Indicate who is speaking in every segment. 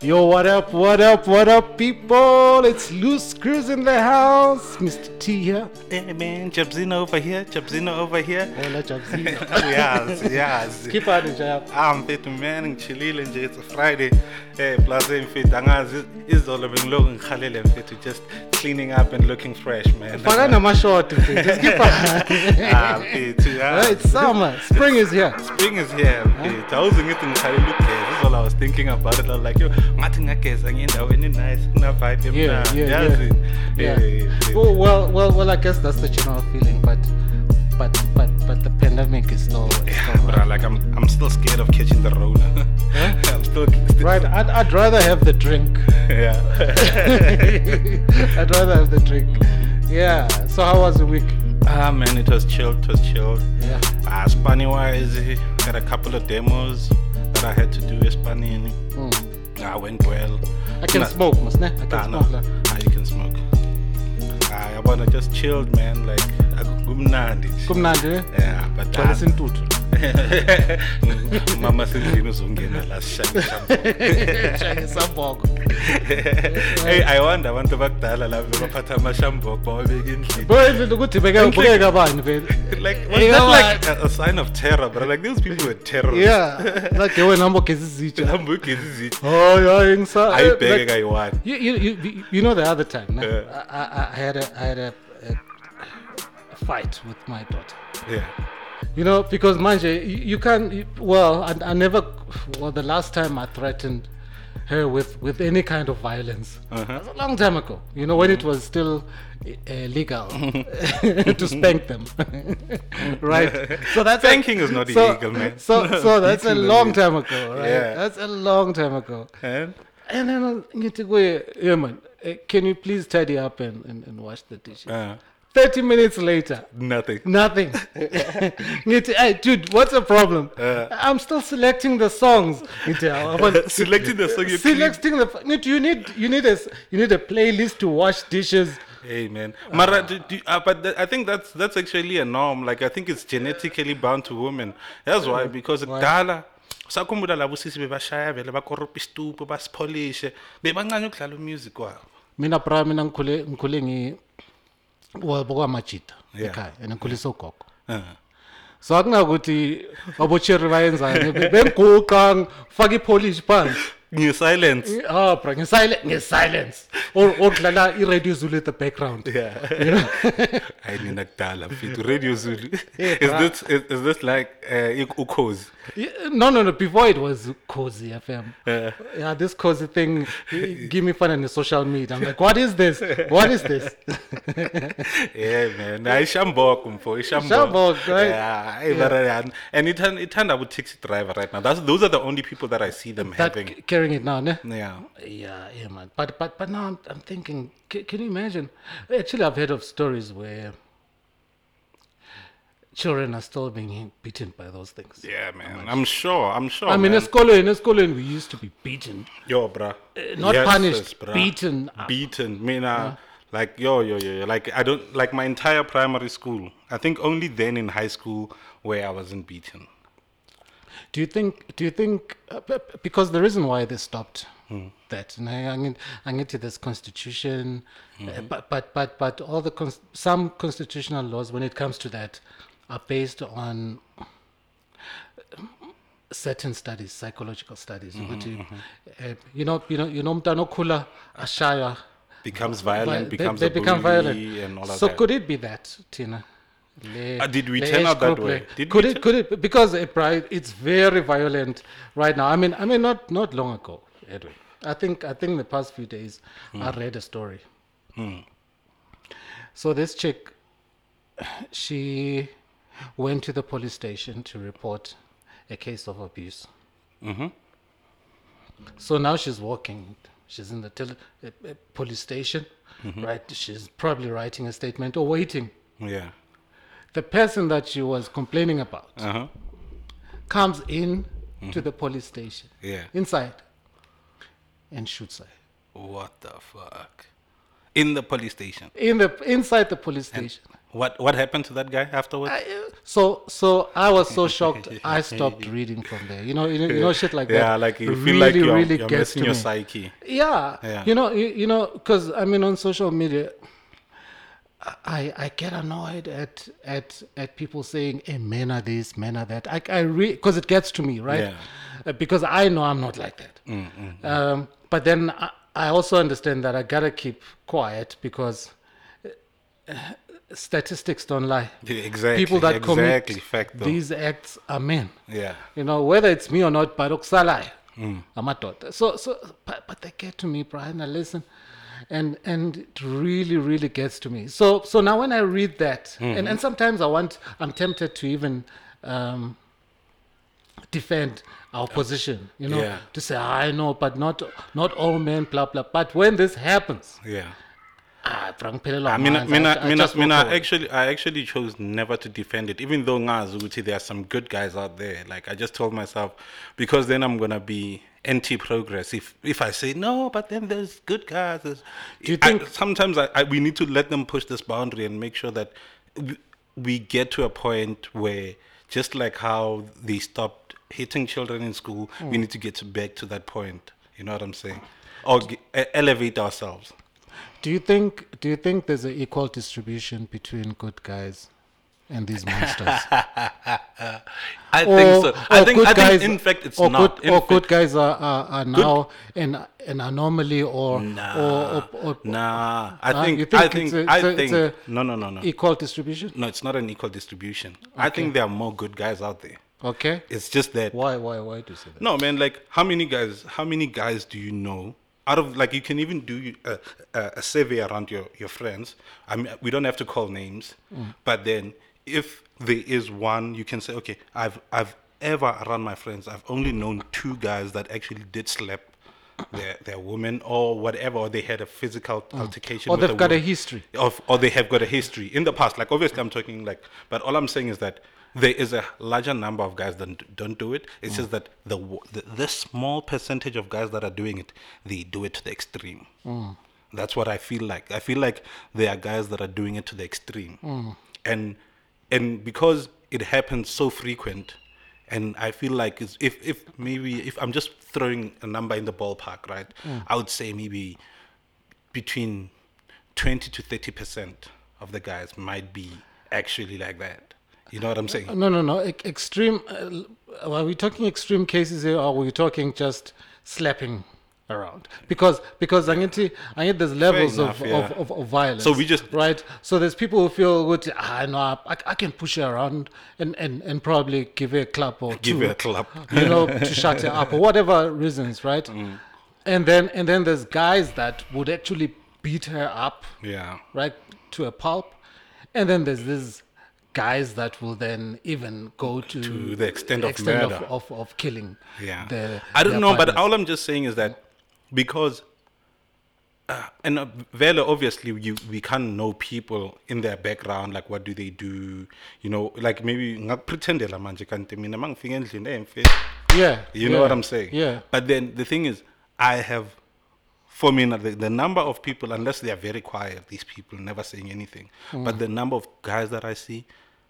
Speaker 1: Yo, what up, what up, what up, people? It's Loose Screws in the house. Mr. T here.
Speaker 2: Hey man, Jabzina over here, Jabzina over here.
Speaker 1: Hola, Jabzina.
Speaker 2: yes, yes.
Speaker 1: Keep on Jab.
Speaker 2: I'm mfethu man ngichilile nje it's a Friday. Eh plus mfethu angazi izolo bengiloku ngikhalele mfethu just cleaning up and looking fresh man.
Speaker 1: Fana namashoti mfethu. Just keep on.
Speaker 2: Ah mfethu. yeah.
Speaker 1: Alright, summer. Spring is here.
Speaker 2: Spring is here mfethu. Awuze ngithi ngikhalele ukugeza. This is all I was thinking about it. I was like yo ngathi ngageza ngendaweni nice kuna vibe
Speaker 1: Yeah,
Speaker 2: emnandi.
Speaker 1: yeah,
Speaker 2: Yazi.
Speaker 1: Yeah.
Speaker 2: Eh, mfethu.
Speaker 1: Oh, well, well, well, I guess that's the general feeling, but but but but the pandemic is still, is
Speaker 2: Yeah,
Speaker 1: still
Speaker 2: bruh, like I'm, I'm still scared of catching the roller. I'm still, still
Speaker 1: right. I'd, I'd rather have the drink.
Speaker 2: yeah.
Speaker 1: I'd rather have the drink. Yeah. So how was the week?
Speaker 2: ah man, it was chilled, it was chilled.
Speaker 1: Yeah.
Speaker 2: Ah, Spani wise, had a couple of demos that I had to do with Spani, and
Speaker 1: Mm.
Speaker 2: ah, went well.
Speaker 1: I can
Speaker 2: Nah,
Speaker 1: smoke, must ne? I can
Speaker 2: nah, nah.
Speaker 1: smoke. la.
Speaker 2: Ah, you can smoke. Ah, I wanna just chilled, man. Like, I go
Speaker 1: Kumnandi, eh?
Speaker 2: Yeah, but
Speaker 1: Gcwalisa
Speaker 2: ah,
Speaker 1: intuthu.
Speaker 2: mama sendlini uzongena la sishaya ishambo.
Speaker 1: Samboko.
Speaker 2: hey ayiwanda abantu bakudala la bebaphatha amashambok bawabeka endlini
Speaker 1: Boyindlela ukuthi beke
Speaker 2: Inhle-
Speaker 1: ubukeka abani vele.
Speaker 2: like was
Speaker 1: Yeah,
Speaker 2: that like
Speaker 1: man.
Speaker 2: a, a sign of terror but like these people were terrorists
Speaker 1: Yeah. Like yebo namba gezi izitsha.
Speaker 2: hambo ugezi izithi
Speaker 1: Hayi hayi
Speaker 2: Uh,
Speaker 1: ngisa.
Speaker 2: ayibheke kayi-one
Speaker 1: You, you, you, you know the other time, ne?
Speaker 2: Yeah.
Speaker 1: I, I, I had a, I had a, a, a fight with my daughter.
Speaker 2: yeah
Speaker 1: You know, because manje, you, you can't. You, well, I, I never. Well, the last time I threatened her with with any kind of violence
Speaker 2: Uh-huh.
Speaker 1: was a long time ago. You know, when it was still uh, legal to spank them, right? So that's a-
Speaker 2: Spanking is not
Speaker 1: so-
Speaker 2: illegal, man.
Speaker 1: So, so that's a
Speaker 2: Beating them
Speaker 1: long
Speaker 2: is-
Speaker 1: time ago, right?
Speaker 2: Yeah.
Speaker 1: That's a long time ago.
Speaker 2: and
Speaker 1: And then uh, I'll- ngithi kuye yeah man uh, can you please tidy up and, and, and wash the dishes
Speaker 2: uh,
Speaker 1: 30 minutes later
Speaker 2: nothing
Speaker 1: nothing ngithi hey dude what's the problem
Speaker 2: Uh.
Speaker 1: i'm still selecting the songs ngithi "Ah, but-
Speaker 2: selecting the song you
Speaker 1: selecting the ngithi you need you need a s- you need a playlist to wash dishes
Speaker 2: Hey man, Mara, do, do, uh, but th- I think that's that's actually a norm. Like I think it's genetically bound to women. That's why because dala sakhumbula labo sisi bebashaya vele bakorupa isitupu basipholishe bebancane ukudlala umusic kwabo
Speaker 1: mina bra mina ngikhule ngikhule ngi well bokwamajita
Speaker 2: Yeah.
Speaker 1: ekhaya and ngikhulisa ugogo
Speaker 2: Uh,
Speaker 1: so akunakuthi abocherry bayenzani Be- bengiguqa ngifake ipolish phansi
Speaker 2: nge-silence
Speaker 1: Ah, bro, nge-silence, nge-silence. Or odlala i-radio Zulu at the background.
Speaker 2: hayi nina kudala mfithu radio zulu
Speaker 1: Yeah,
Speaker 2: is
Speaker 1: bra.
Speaker 2: this is, is this like uh, ik- ukhozi
Speaker 1: Yeah, No, no, no. Before it was cozy FM.
Speaker 2: Yeah.
Speaker 1: Yeah, this cozy thing. eh, Give me fun on the social media. I'm like, what is this? What is this?
Speaker 2: yeah man hayi ishamboko mfo
Speaker 1: Ishamboko, right?
Speaker 2: yeah, hayi, mara, yeah. and ithanda ithanda abo-taxi driver right now That's, those are the only people that i see them
Speaker 1: That
Speaker 2: having
Speaker 1: c- carrying it now, ne?
Speaker 2: yeah
Speaker 1: Yeah, yeah, man. But but but now I'm, I'm thinking. Can, can you imagine? Actually, I've heard of stories where children are still being beaten by those things.
Speaker 2: Yeah, man. I'm sure. I'm sure.
Speaker 1: I mean,
Speaker 2: man.
Speaker 1: in school, in school, we used to be beaten.
Speaker 2: yo, bruh.
Speaker 1: Eh, not punished,
Speaker 2: sis, bruh.
Speaker 1: beaten.
Speaker 2: Beaten. Mean, uh, like yo, yo, yo, yo. Like I don't like my entire primary school. I think only then in high school where I wasn't beaten.
Speaker 1: Do you think? Do you think? Uh, b- b- because the reason why they stopped that, and I, I mean, I get to this constitution, uh, but but but but all the cons- some constitutional laws when it comes to that are based on certain studies, psychological studies. ukuthi, uh, you know, you know, you know, Mtanokula Ashaya.
Speaker 2: Becomes
Speaker 1: vi-
Speaker 2: violent. becomes a bully and all of
Speaker 1: so
Speaker 2: that.
Speaker 1: could it be that, Tina? Le-
Speaker 2: Uh, did we
Speaker 1: le
Speaker 2: turn
Speaker 1: age
Speaker 2: out that
Speaker 1: group,
Speaker 2: way?
Speaker 1: le-
Speaker 2: Did
Speaker 1: could
Speaker 2: we
Speaker 1: it?
Speaker 2: turn-
Speaker 1: Could it? Because eh, Brian, it's very violent right now. I mean, I mean, not not long ago, Edwin. I think I think the past few days I
Speaker 2: Hmm.
Speaker 1: read a story. So this chick, she went to the police station to report a case of abuse. So now she's walking. She's in the tele, uh, uh, police station,
Speaker 2: Mm-hmm.
Speaker 1: right? She's probably writing a statement or waiting.
Speaker 2: yeah.
Speaker 1: The person that she was complaining about
Speaker 2: Uh huh.
Speaker 1: comes in to the police station
Speaker 2: Mm-hmm. Yeah.
Speaker 1: inside and shoots her
Speaker 2: What the fuck? In the police station.
Speaker 1: in the inside the police station.
Speaker 2: What What happened to that guy afterwards?
Speaker 1: I, uh, So so I was so shocked. I stopped reading from there. You know, you know, you know shit like that.
Speaker 2: yeah, like you feel like you're, you're messing your psyche.
Speaker 1: Yeah.
Speaker 2: Yeah.
Speaker 1: You know, you, you know, because I mean, on social media, I I get annoyed at at at people saying, "Hey, men are this, men are that." I I re because it gets to me, right?
Speaker 2: Yeah. Mm,
Speaker 1: Uh, Because I know I'm not like that. Um, but then I, I also understand that I gotta keep quiet because uh, statistics don't lie.
Speaker 2: Yeah, Exactly.
Speaker 1: people that
Speaker 2: exactly
Speaker 1: commit
Speaker 2: fact though.
Speaker 1: these acts are men.
Speaker 2: yeah.
Speaker 1: You know, whether it's me or not, Baroxalai, mm. I'm a daughter. So, so but, but they get to me, Brian, I listen. And and it really, really gets to me. So so now when I read that, and, and sometimes I want, I'm tempted to even um, defend our position, you know,
Speaker 2: Yeah.
Speaker 1: to say, I know, but not not all men, blah, blah. But when this happens,
Speaker 2: Yeah.
Speaker 1: ah, Frank
Speaker 2: I mean, I mean, I, mean, I,
Speaker 1: just
Speaker 2: mean,
Speaker 1: walk
Speaker 2: I
Speaker 1: away.
Speaker 2: actually, I actually chose never to defend it, even though Ngaz, Uthi, there are some good guys out there. Like I just told myself, because then I'm gonna be anti-progress if if I say no. But then there's good guys. there's-"
Speaker 1: Do you
Speaker 2: I-
Speaker 1: think-
Speaker 2: sometimes I, I, we need to let them push this boundary and make sure that w- we get to a point where, just like how they stopped hitting children in school,
Speaker 1: Hmm.
Speaker 2: we need to get to back to that point. You know what I'm saying? Or g- e- elevate ourselves.
Speaker 1: Do you think do you think there's an equal distribution between good guys and these monsters?
Speaker 2: I think so. I think, I think in fact it's
Speaker 1: or
Speaker 2: not.
Speaker 1: Good,
Speaker 2: In
Speaker 1: or
Speaker 2: fact-
Speaker 1: good guys are, are, are now an an anomaly or
Speaker 2: nah,
Speaker 1: or, or, or
Speaker 2: nah. I
Speaker 1: Huh?
Speaker 2: think,
Speaker 1: You
Speaker 2: I
Speaker 1: think
Speaker 2: think
Speaker 1: it's a-
Speaker 2: I
Speaker 1: it's a-
Speaker 2: think
Speaker 1: it's a- e-
Speaker 2: no no no no.
Speaker 1: equal distribution.
Speaker 2: no, it's not an equal distribution. I think there are more good guys out there.
Speaker 1: Okay.
Speaker 2: It's just that
Speaker 1: Why why why do you say that?
Speaker 2: no man, like how many guys how many guys do you know? Out of like you can even do a, a, a survey around your, your friends. I mean we don't have to call names,
Speaker 1: Mm.
Speaker 2: but then if there is one you can say, Okay, I've I've ever around my friends, I've only known two guys that actually did slap their their woman or whatever, or they had a physical altercation.
Speaker 1: Mm. Or
Speaker 2: with
Speaker 1: they've got a
Speaker 2: woman
Speaker 1: history.
Speaker 2: of or they have got a history in the past. Like obviously, I'm talking like, but all I'm saying is that there is a larger number of guys that don't do it. It's just that the, w- the the small percentage of guys that are doing it, they do it to the extreme. That's what I feel like. I feel like there are guys that are doing it to the extreme, and and because it happens so frequent. And I feel like it's- if, if maybe if I'm just throwing a number in the ballpark, right? I would say maybe between 20 to 30 percent of the guys might be actually like that. You know what I'm saying?
Speaker 1: No no no. E- extreme. Uh, l- are we talking extreme cases here, or are we talking just slapping? Around because because I get I get there's levels
Speaker 2: enough,
Speaker 1: of,
Speaker 2: yeah.
Speaker 1: of, of, of violence.
Speaker 2: So we just-
Speaker 1: right. So there's people who feel good. Ah, no, I, I- I can push her around and, and, and probably give her a clap or
Speaker 2: Give
Speaker 1: two.
Speaker 2: her a clap.
Speaker 1: you know, to shut her up or whatever reasons, right?
Speaker 2: Mm.
Speaker 1: And then and then there's guys that would actually beat her up,
Speaker 2: Yeah.
Speaker 1: right, to a pulp. And then there's these guys that will then even go to,
Speaker 2: To the extent of murder.
Speaker 1: of, of killing.
Speaker 2: Yeah.
Speaker 1: their-
Speaker 2: I don't
Speaker 1: their
Speaker 2: know, but
Speaker 1: partners.
Speaker 2: all I'm just saying is that because uh, and uh, Vela, obviously, you we can't know people in their background, like what do they do, you know, like maybe ngakupretendela manje kanti mina mangifika endlini emfeni
Speaker 1: yeah,
Speaker 2: You know
Speaker 1: yeah,
Speaker 2: what I'm saying?
Speaker 1: Yeah,
Speaker 2: But then the thing is, I have, for me, the, the number of people, unless they are very quiet, these people never saying anything.
Speaker 1: Mm.
Speaker 2: But the number of guys that I see,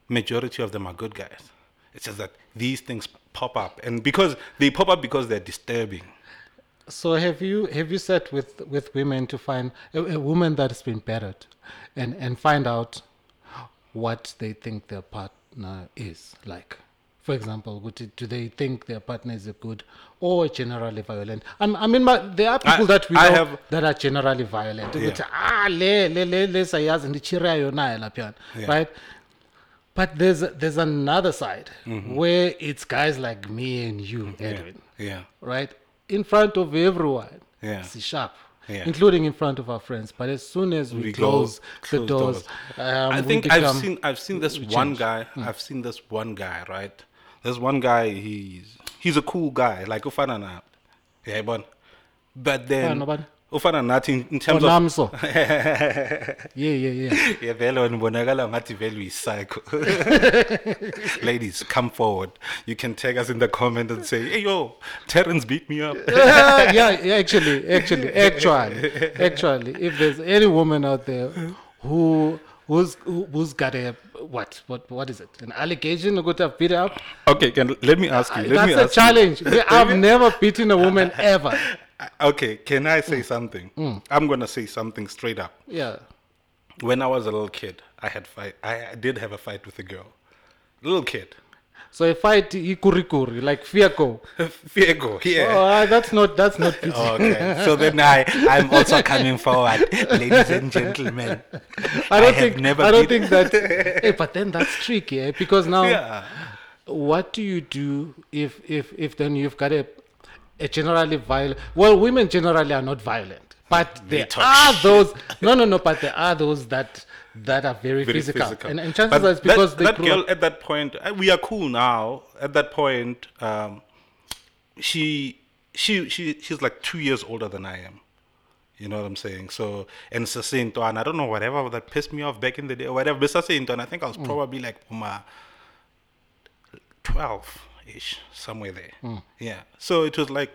Speaker 2: majority of them are good guys. It's just that these things pop up, and because they pop up because they're disturbing.
Speaker 1: So have you have you sat with with women to find a, a woman that has been battered, and and find out what they think their partner is like? For example, would it- do they think their partner is a good or generally violent? I'm, I mean, my, there are people that we
Speaker 2: I
Speaker 1: know
Speaker 2: have-
Speaker 1: that are generally violent. ukuthi, ah, le le le le sayazi ndichira yona laphayana,"
Speaker 2: Yeah.
Speaker 1: right? But there's there's another side where it's guys like me and you, Edwin
Speaker 2: Mm-hmm. Yeah.
Speaker 1: right? In front of everyone.
Speaker 2: Yeah.
Speaker 1: It's sharp.
Speaker 2: Yeah.
Speaker 1: Including in front of our friends. But as soon as we,
Speaker 2: We
Speaker 1: close,
Speaker 2: close-
Speaker 1: the
Speaker 2: close
Speaker 1: doors,
Speaker 2: doors.
Speaker 1: um,
Speaker 2: I
Speaker 1: we
Speaker 2: think
Speaker 1: become,
Speaker 2: I've seen I've seen this one guy.
Speaker 1: Hmm.
Speaker 2: I've seen this one guy, right? There's one guy. He's he's a cool guy, like Ufana Nat. Yeah, but but then
Speaker 1: Ufana bani?
Speaker 2: Ufana Nat in, in terms of
Speaker 1: Onamso. yeah, yeah, yeah.
Speaker 2: yeah, vele wena ubonakala ngathi vele uyi-psycho. Ladies, come forward. You can tag us in the comment and say, "Hey yo, Terrence beat me up."
Speaker 1: yeah, yeah, actually, actually, actually, actually, if there's any woman out there who who's who, who's got a what what what is it? An allegation to have beat up?
Speaker 2: Okay, can let me ask you. Let me
Speaker 1: That's a
Speaker 2: ask you.
Speaker 1: challenge. I've
Speaker 2: David?
Speaker 1: never beaten a woman ever.
Speaker 2: Uh, Okay, can I say something? I'm gonna say something straight up.
Speaker 1: Yeah.
Speaker 2: When I was a little kid, I had fight. I I did have a fight with a girl. Little kid,
Speaker 1: So a fight ikurikuri like Fiaco.
Speaker 2: Fiego.
Speaker 1: Oh,
Speaker 2: Yeah.
Speaker 1: ah, that's not that's not beating.
Speaker 2: Oh,
Speaker 3: Okay, so then I, I'm also coming forward, ladies and gentlemen.
Speaker 1: I don't
Speaker 3: have
Speaker 1: think
Speaker 3: never
Speaker 1: I don't
Speaker 3: been-
Speaker 1: think that. hey, but then that's tricky eh? because now,
Speaker 2: Yeah.
Speaker 1: what do you do if if if then you've got a a generally violent? Well, women generally are not violent, but there
Speaker 2: talk
Speaker 1: are those. No, no, no. But there are those that that are very,
Speaker 2: Very
Speaker 1: physical.
Speaker 2: physical.
Speaker 1: and, and chances
Speaker 2: But
Speaker 1: are it's because they
Speaker 2: that, that
Speaker 1: grew
Speaker 2: girl
Speaker 1: up.
Speaker 2: at that point, uh, we are cool now. At that point, um, she she she she's like two years older than I am. You know what I'm saying? So and Sasinto and I don't know whatever that pissed me off back in the day or whatever. But Sasinto and I think I was
Speaker 1: Mm.
Speaker 2: probably like Uma twelve ish somewhere there.
Speaker 1: Hmm.
Speaker 2: Yeah. So it was like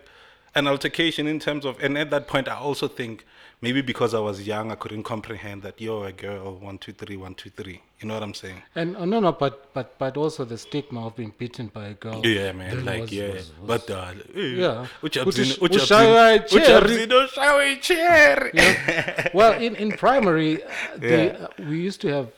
Speaker 2: an altercation in terms of and at that point I also think maybe because I was young I couldn't comprehend that you're a girl one two three one two three. You know what I'm saying?
Speaker 1: And oh, no, no. But but but also the stigma of being beaten by a girl.
Speaker 2: Yeah, man.
Speaker 1: then
Speaker 2: like,
Speaker 1: was-
Speaker 2: yeah.
Speaker 1: was- was-
Speaker 2: but, uh,
Speaker 1: Yeah. Uthi- ushaywa cherry.
Speaker 2: yeah.
Speaker 1: well, in, in primary, uh, they, uh, we used to have.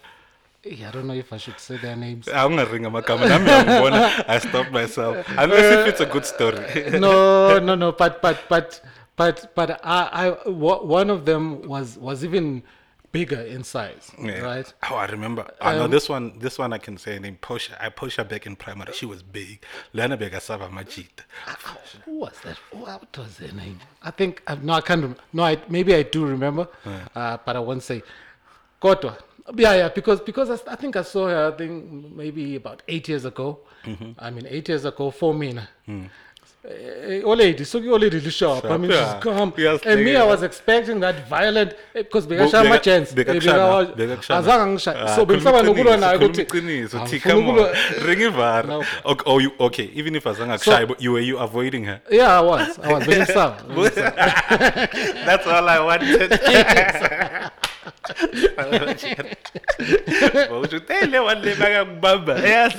Speaker 1: Yeah, I don't know if I should say their names.
Speaker 2: I'm gonna ring him up. I stopped myself. Unless if it's a good story.
Speaker 1: no, no, no. But but but but but I, I wa- one of them was was even bigger in size,
Speaker 2: Yeah.
Speaker 1: right? Um,
Speaker 2: Oh, I remember. I know this one. This one I can say. Name Posha. I Posha back in primary. She was big. Lena Begasava Majid.
Speaker 1: Who was that? What was their name? I think I, no, I can't. Remember. No, I, maybe I do remember, uh, but I won't say. Kotwa. Yeah, yeah, because because I, s- I think I saw her. I think maybe about eight years ago.
Speaker 2: Mm-hmm.
Speaker 1: I mean, eight years ago for Mina.
Speaker 2: Mm.
Speaker 1: Eh, Already, so you already the shop. I mean,
Speaker 2: Yeah.
Speaker 1: she's come.
Speaker 2: Yes,
Speaker 1: and me,
Speaker 2: yeah.
Speaker 1: I was expecting that violent eh, because
Speaker 2: Beka-
Speaker 1: bekashaya chance.
Speaker 2: bekakushaya, bekakushaya.
Speaker 1: Azange angishaya.
Speaker 2: Ah,
Speaker 1: So bengisaba
Speaker 2: khuluma
Speaker 1: nokulwa
Speaker 2: iqiniso,
Speaker 1: naye ukuthi
Speaker 2: khuluma iqiniso, T,
Speaker 1: angifuni
Speaker 2: come on.
Speaker 1: ukulwa-
Speaker 2: Ring ivara.
Speaker 1: No.
Speaker 2: Okay, oh, you okay? Even if azange akushaya, but you were you avoiding her.
Speaker 1: Yeah, I was. I was bengisaba.
Speaker 2: That's all I wanted. Bawushutele walibaka kubamba. Yes.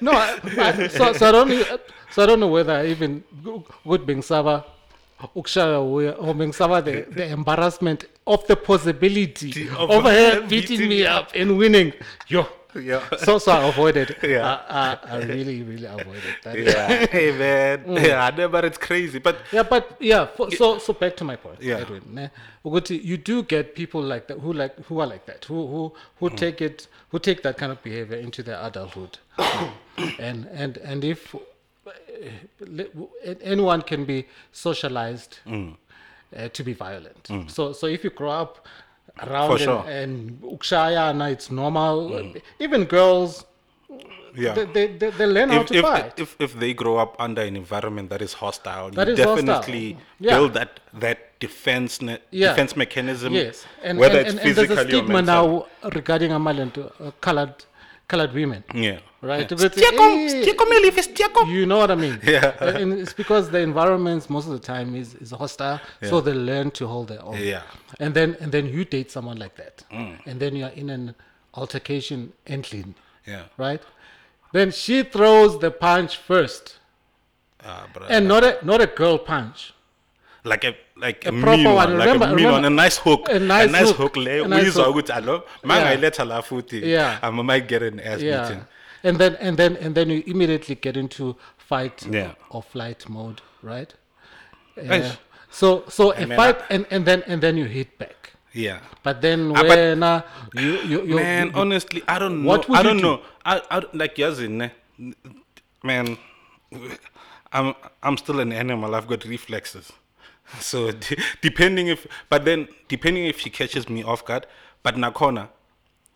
Speaker 1: No, I, I, so, so I don't. So I don't know whether I even would Bengsaba ukushaya uya or Bengsaba the, the embarrassment of the possibility
Speaker 2: The-
Speaker 1: of,
Speaker 2: of-
Speaker 1: her
Speaker 2: of
Speaker 1: beating,
Speaker 2: beating
Speaker 1: me
Speaker 2: you.
Speaker 1: up and winning. Yo.
Speaker 2: Yeah.
Speaker 1: So so I avoided.
Speaker 2: Yeah.
Speaker 1: I, I, I really really avoided that. Yeah. Mm.
Speaker 2: Yeah. Hey man. Yeah, I know, but it's crazy. But
Speaker 1: but yeah. For, so so back to my point,
Speaker 2: Yeah.
Speaker 1: Edwin. ne? Ukuthi you do get people like that who like who are like that who who who
Speaker 2: Mm.
Speaker 1: take it who take that kind of behavior into their adulthood, and and and if eh, le- w- a- anyone can be socialized
Speaker 2: Mm.
Speaker 1: uh, to be violent. So, so if you grow up around
Speaker 2: For sure. Mm.
Speaker 1: and, and ukshayana, it's normal. Even girls,
Speaker 2: yeah.
Speaker 1: they, they, they, they learn how
Speaker 2: if,
Speaker 1: to
Speaker 2: if,
Speaker 1: fight.
Speaker 2: if if they grow up under an environment that is hostile,
Speaker 1: That
Speaker 2: you
Speaker 1: is hostile.
Speaker 2: definitely
Speaker 1: Yeah.
Speaker 2: build that that defense ne-
Speaker 1: Yeah.
Speaker 2: defense mechanism.
Speaker 1: yes, and
Speaker 2: whether
Speaker 1: and,
Speaker 2: it's
Speaker 1: and, and there's
Speaker 2: physically
Speaker 1: a
Speaker 2: or
Speaker 1: stigma
Speaker 2: mentally.
Speaker 1: now regarding Amalanto, uh, colored colored women,
Speaker 2: Yeah.
Speaker 1: right?
Speaker 2: Yeah.
Speaker 1: But,
Speaker 2: Stiakom,
Speaker 1: eh,
Speaker 2: stiakom, Elif, stiakom.
Speaker 1: You know what I mean? Uh,
Speaker 2: Yeah.
Speaker 1: And- and it's because the environments most of the time is, is hostile, so they learn to hold their own.
Speaker 2: Yeah. Mm.
Speaker 1: And then and then you date someone like that, and then you're in an altercation and clean,
Speaker 2: Yeah.
Speaker 1: right? Then she throws the punch first,
Speaker 2: Ah, bruh.
Speaker 1: and not a not a girl punch.
Speaker 2: like a like a,
Speaker 1: proper
Speaker 2: mean
Speaker 1: one.
Speaker 2: one, like
Speaker 1: Remember-
Speaker 2: a mean one,
Speaker 1: remember-
Speaker 2: a nice hook,
Speaker 1: a nice hook,
Speaker 2: hook, le,
Speaker 1: a nice
Speaker 2: uyizwa
Speaker 1: hook.
Speaker 2: ukuthi alo, mangayileta la futhi,
Speaker 1: Yeah.
Speaker 2: I might get an ass
Speaker 1: Yeah.
Speaker 2: beating.
Speaker 1: And then and then and then you immediately get into fight
Speaker 2: Yeah.
Speaker 1: or flight mode, right?
Speaker 2: Eish.
Speaker 1: Uh, so so a
Speaker 2: And then
Speaker 1: fight and, and then and then you hit back.
Speaker 2: Yeah,
Speaker 1: But then
Speaker 2: Ah, but-
Speaker 1: when uh, you, you, you
Speaker 2: man.
Speaker 1: you-
Speaker 2: honestly, I don't know.
Speaker 1: What would
Speaker 2: I
Speaker 1: you
Speaker 2: don't
Speaker 1: do?
Speaker 2: know. I, I don't- like yazin, man. I'm I'm still an animal. I've got reflexes. So de- depending if, but then depending if she catches me off guard, but nakona,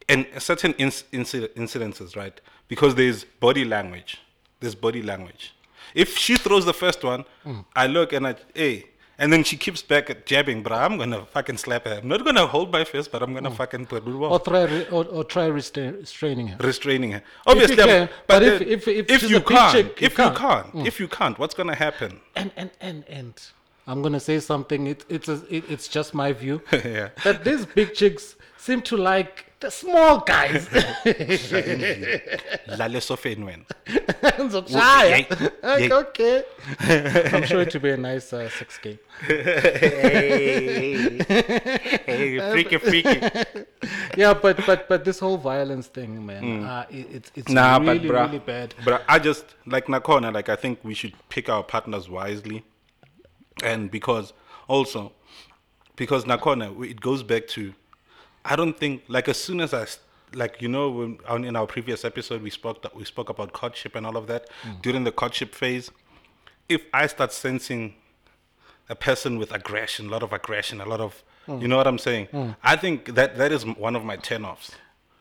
Speaker 2: and certain inc- inci- incidences, right? Because there's body language. There's body language. If she throws the first one, I look and I hey. And then she keeps back at jabbing, but I'm gonna fucking slap her. I'm not gonna hold my fist, but I'm
Speaker 1: Mm.
Speaker 2: gonna fucking put
Speaker 1: or try re- or, or try restra- restraining her.
Speaker 2: restraining her. Obviously,
Speaker 1: can,
Speaker 2: I'm- but,
Speaker 1: but if-
Speaker 2: then
Speaker 1: if- if she's
Speaker 2: you
Speaker 1: a big
Speaker 2: can't,
Speaker 1: chick, you
Speaker 2: if you
Speaker 1: can't. Mm.
Speaker 2: can't, if you can't, what's gonna happen?
Speaker 1: And and and and I'm gonna say something. It, it's a, it, it's just my view.
Speaker 2: Yeah.
Speaker 1: That these big chicks seem to like the small guys
Speaker 3: lala esofeni wena
Speaker 1: ngizokushaya
Speaker 3: Yay.
Speaker 1: Like,
Speaker 3: Yay.
Speaker 1: okay i'm sure it will be a nice uh, sex game
Speaker 3: hey, freaky freaky
Speaker 1: yeah but but but this whole violence thing man uh, it, it's it's
Speaker 2: Mm. Nah,
Speaker 1: really
Speaker 2: but bruh,
Speaker 1: really bad
Speaker 2: But I just like Nakona. Like I think we should pick our partners wisely, and because also because Nakona, we- it goes back to I don't think like as soon as I s- like you know when on, in our previous episode we spoke that we spoke about courtship and all of that
Speaker 1: Mm.
Speaker 2: during the courtship phase. If I start sensing a person with aggression, a lot of aggression, a lot of you know what I'm saying. I think that that is m- one of my turn offs.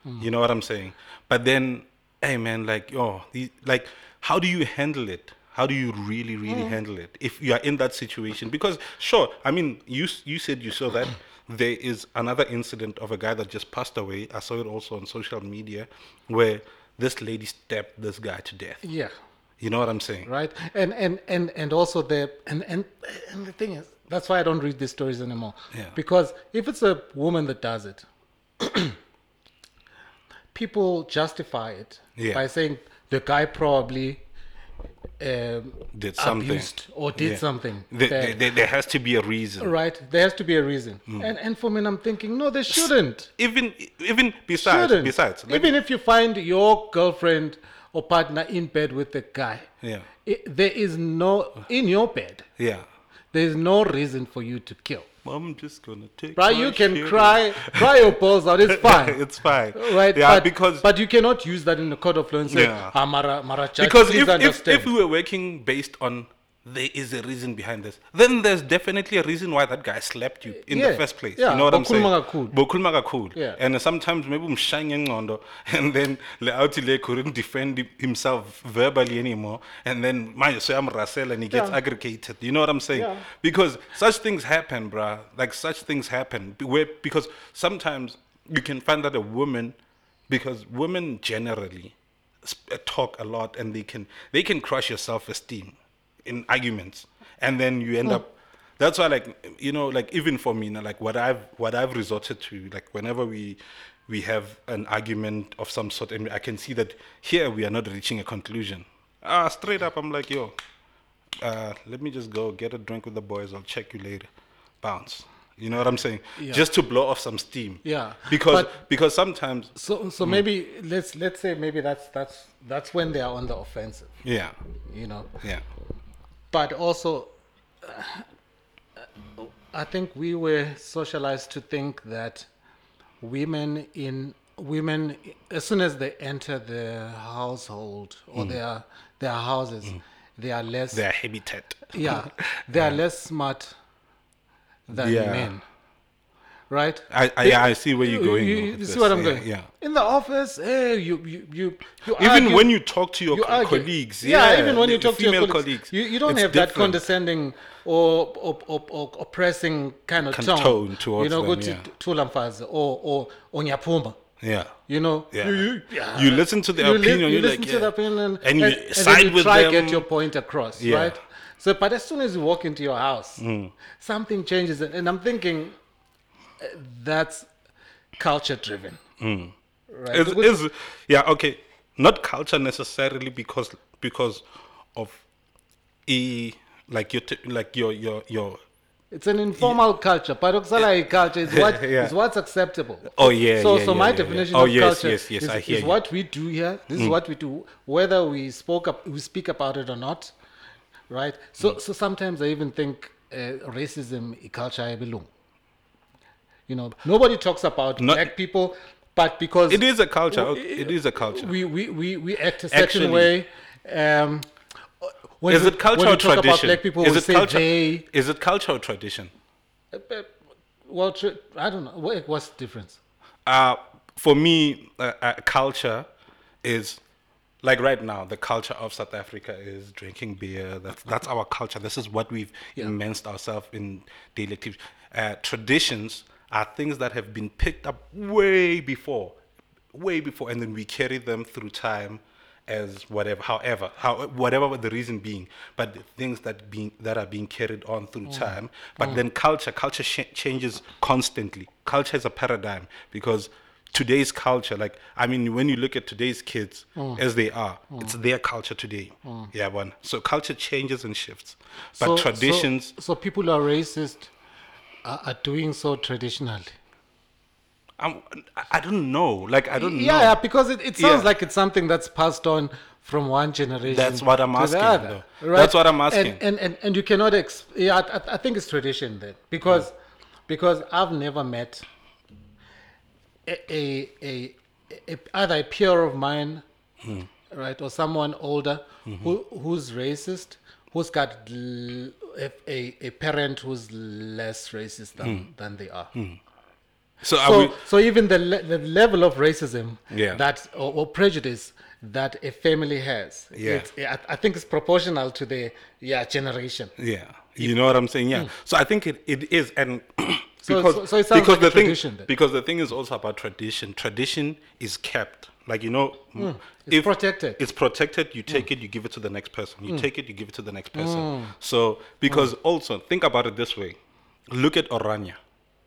Speaker 2: You know what I'm saying. But then, hey man, like oh, the, like how do you handle it? How do you really, really handle it if you are in that situation? Because sure, I mean, you s- you said you saw that there is another incident of a guy that just passed away. I saw it also on social media where this lady stabbed this guy to death.
Speaker 1: yeah
Speaker 2: You know what I'm saying?
Speaker 1: right and and and and also the and and, and the thing is that's why i don't read these stories anymore
Speaker 2: Yeah.
Speaker 1: because if it's a woman that does it people justify it
Speaker 2: Yeah.
Speaker 1: by saying the guy probably um,
Speaker 2: Did something.
Speaker 1: abused or did
Speaker 2: Yeah.
Speaker 1: something
Speaker 2: There,
Speaker 1: bad.
Speaker 2: there, there- there has to be a reason.
Speaker 1: right there has to be a reason
Speaker 2: Hmm.
Speaker 1: and and for me i'm thinking no there shouldn't
Speaker 2: even even besides
Speaker 1: shouldn't
Speaker 2: besides let-
Speaker 1: even if you find your girlfriend or partner in bed with a guy
Speaker 2: yeah
Speaker 1: I- there is no in your bed.
Speaker 2: yeah
Speaker 1: There is no reason for you to kill.
Speaker 2: i'm just gonna take
Speaker 1: Right?
Speaker 2: my
Speaker 1: You can
Speaker 2: shit.
Speaker 1: cry, cry your balls out. It's fine.
Speaker 2: it's fine
Speaker 1: right?
Speaker 2: yeah
Speaker 1: but,
Speaker 2: because
Speaker 1: but you cannot use that in the court of law and say,
Speaker 2: Yeah.
Speaker 1: ah, Mara, Mara, judge,
Speaker 2: because
Speaker 1: please
Speaker 2: if, if
Speaker 1: understand.
Speaker 2: if we were working based on there is a reason behind this then there's definitely a reason why that guy slapped you in the
Speaker 1: Yeah,
Speaker 2: first place
Speaker 1: yeah,
Speaker 2: you know what i'm saying
Speaker 1: bokhuluma kakhulu.
Speaker 2: bokhuluma kakhulu
Speaker 1: Yeah.
Speaker 2: and sometimes maybe umshaya ngengqondo and then leoutile couldn't defend him- himself verbally anymore and then manje seyamrasela and he gets
Speaker 1: Yeah.
Speaker 2: aggregated you know what i'm saying
Speaker 1: Yeah.
Speaker 2: because such things happen bruh like such things happen Be- where because sometimes you can find that a woman because women generally sp- uh, talk a lot and they can they can crush your self-esteem in arguments and then you end up that's why like you know like even for me now, like what i've what i've resorted to like whenever we we have an argument of some sort and i can see that here we are not reaching a conclusion ah straight up i'm like yo uh, let me just go get a drink with the boys. I'll check you later. Bounce. You know what I'm saying?
Speaker 1: Yeah.
Speaker 2: Just to blow off some steam.
Speaker 1: Yeah,
Speaker 2: Because
Speaker 1: but-
Speaker 2: because sometimes
Speaker 1: so,
Speaker 2: Hmm.
Speaker 1: so maybe let's let's say maybe that's that's that's when they are on the offensive,
Speaker 2: yeah
Speaker 1: you know.
Speaker 2: yeah
Speaker 1: But also, uh, I think we were socialized to think that women in women as soon as they enter the household or
Speaker 2: Mm.
Speaker 1: their their houses they are less
Speaker 2: their habitat.
Speaker 1: yeah they are less smart than
Speaker 2: Yeah.
Speaker 1: men right
Speaker 2: I I,
Speaker 1: They-
Speaker 2: yeah, I see where you're going.
Speaker 1: you,
Speaker 2: with
Speaker 1: you
Speaker 2: this.
Speaker 1: see what i'm
Speaker 2: yeah,
Speaker 1: going
Speaker 2: Yeah.
Speaker 1: in the office hey you you you, you
Speaker 2: Even
Speaker 1: argue-
Speaker 2: when you talk to your
Speaker 1: you
Speaker 2: co-
Speaker 1: argue.
Speaker 2: colleagues,
Speaker 1: Yeah, even when you
Speaker 2: the
Speaker 1: talk to
Speaker 2: female
Speaker 1: your colleagues, you, you don't
Speaker 2: it's
Speaker 1: have that
Speaker 2: different.
Speaker 1: condescending or, or, or, or oppressing kind of
Speaker 2: Con-
Speaker 1: tone.
Speaker 2: tone towards
Speaker 1: you know,
Speaker 2: them,
Speaker 1: go
Speaker 2: yeah.
Speaker 1: to Tulamfazi or or or Nyapumba.
Speaker 2: Yeah.
Speaker 1: You know,
Speaker 2: Yeah.
Speaker 1: you, you,
Speaker 2: You listen to their
Speaker 1: you li-
Speaker 2: opinion,
Speaker 1: you
Speaker 2: you're
Speaker 1: listen
Speaker 2: like,
Speaker 1: to
Speaker 2: yeah.
Speaker 1: the opinion,
Speaker 2: And you
Speaker 1: then
Speaker 2: side with
Speaker 1: try
Speaker 2: them.
Speaker 1: get your point across,
Speaker 2: Yeah. Hmm.
Speaker 1: right? So, but as soon as you walk into your house, something changes, and- and I'm thinking uh, that's culture driven, right?
Speaker 2: Hmm. It's,
Speaker 1: Ukuthi-
Speaker 2: it's- yeah okay not culture necessarily because because of e like your t- like your your your
Speaker 1: It's an informal culture. Paradoxal culture is what is
Speaker 2: Yeah.
Speaker 1: what's acceptable.
Speaker 2: Oh, yeah,
Speaker 1: So
Speaker 2: yeah,
Speaker 1: so
Speaker 2: yeah,
Speaker 1: my
Speaker 2: yeah, yeah.
Speaker 1: definition
Speaker 2: Oh,
Speaker 1: of
Speaker 2: yes,
Speaker 1: culture
Speaker 2: yes, yes,
Speaker 1: is,
Speaker 2: I hear
Speaker 1: is
Speaker 2: you. Mm.
Speaker 1: what we do here. This is what we do, whether we spoke up, we speak about it or not, right? So
Speaker 2: Mm.
Speaker 1: so sometimes I even think uh, racism i- culture I belong. You know, nobody talks about
Speaker 2: Not-
Speaker 1: black people, but because
Speaker 2: it is a culture
Speaker 1: w-
Speaker 2: okay, it is a culture
Speaker 1: we we we, we act a certain
Speaker 2: Actually-
Speaker 1: way. Um, when
Speaker 2: is
Speaker 1: we-
Speaker 2: it culture
Speaker 1: when
Speaker 2: or
Speaker 1: we talk
Speaker 2: tradition
Speaker 1: About black people,
Speaker 2: is
Speaker 1: we
Speaker 2: it
Speaker 1: say
Speaker 2: culture
Speaker 1: they.
Speaker 2: is it culture or tradition
Speaker 1: Uh, uh, Well, tr- I don't know. What, what's the difference?
Speaker 2: uh for me uh, uh, culture is like right now the culture of south africa is drinking beer that's that's our culture this is what we've immersed ourselves in daily activities uh, traditions are things that have been picked up way before way before and then we carry them through time as whatever however how whatever the reason being but the things that being that are being carried on through
Speaker 1: Mm.
Speaker 2: time but then culture culture sh- changes constantly culture is a paradigm because today's culture. Like I mean, when you look at today's kids
Speaker 1: Mm.
Speaker 2: as they are, it's their culture today. Yeah, one. So culture changes and shifts, but
Speaker 1: So- so-
Speaker 2: traditions.
Speaker 1: So, people who are racist are, are doing so traditionally.
Speaker 2: I'm, I I don't know. Like I don't
Speaker 1: Yeah,
Speaker 2: know.
Speaker 1: yeah, because it, it sounds
Speaker 2: Yeah.
Speaker 1: like it's something that's passed on from one generation.
Speaker 2: That's what I'm
Speaker 1: to the
Speaker 2: asking,
Speaker 1: other,
Speaker 2: though. That's what I'm
Speaker 1: And-
Speaker 2: asking.
Speaker 1: And and, and you cannot. Ex- yeah, I, I- I think it's tradition then, because because I've never met a a, a, a either a peer of mine,
Speaker 2: Hmm.
Speaker 1: right, or someone older
Speaker 2: Mm-hmm.
Speaker 1: who who's racist, who's got l- a, a, a parent who's less racist than,
Speaker 2: Hmm.
Speaker 1: than they are
Speaker 2: So, are
Speaker 1: so,
Speaker 2: we,
Speaker 1: so even the, le- the level of racism
Speaker 2: Yeah.
Speaker 1: that or, or prejudice that a family has
Speaker 2: Yeah.
Speaker 1: it's, I, I think it's proportional to the yeah generation
Speaker 2: Yeah, you know what I'm saying. Yeah. So I think it, it is, and
Speaker 1: So-
Speaker 2: because
Speaker 1: Mm. so- so it sounds
Speaker 2: because
Speaker 1: like a
Speaker 2: the thing
Speaker 1: tradition then.
Speaker 2: because the thing is also about tradition. Tradition is kept. Like you know, m-
Speaker 1: Mm. It's protected. Mm.
Speaker 2: It's protected. You take it, you give it to the next person. You take it, you give it to the next person. So because
Speaker 1: Mm.
Speaker 2: also think about it this way, look at Orania.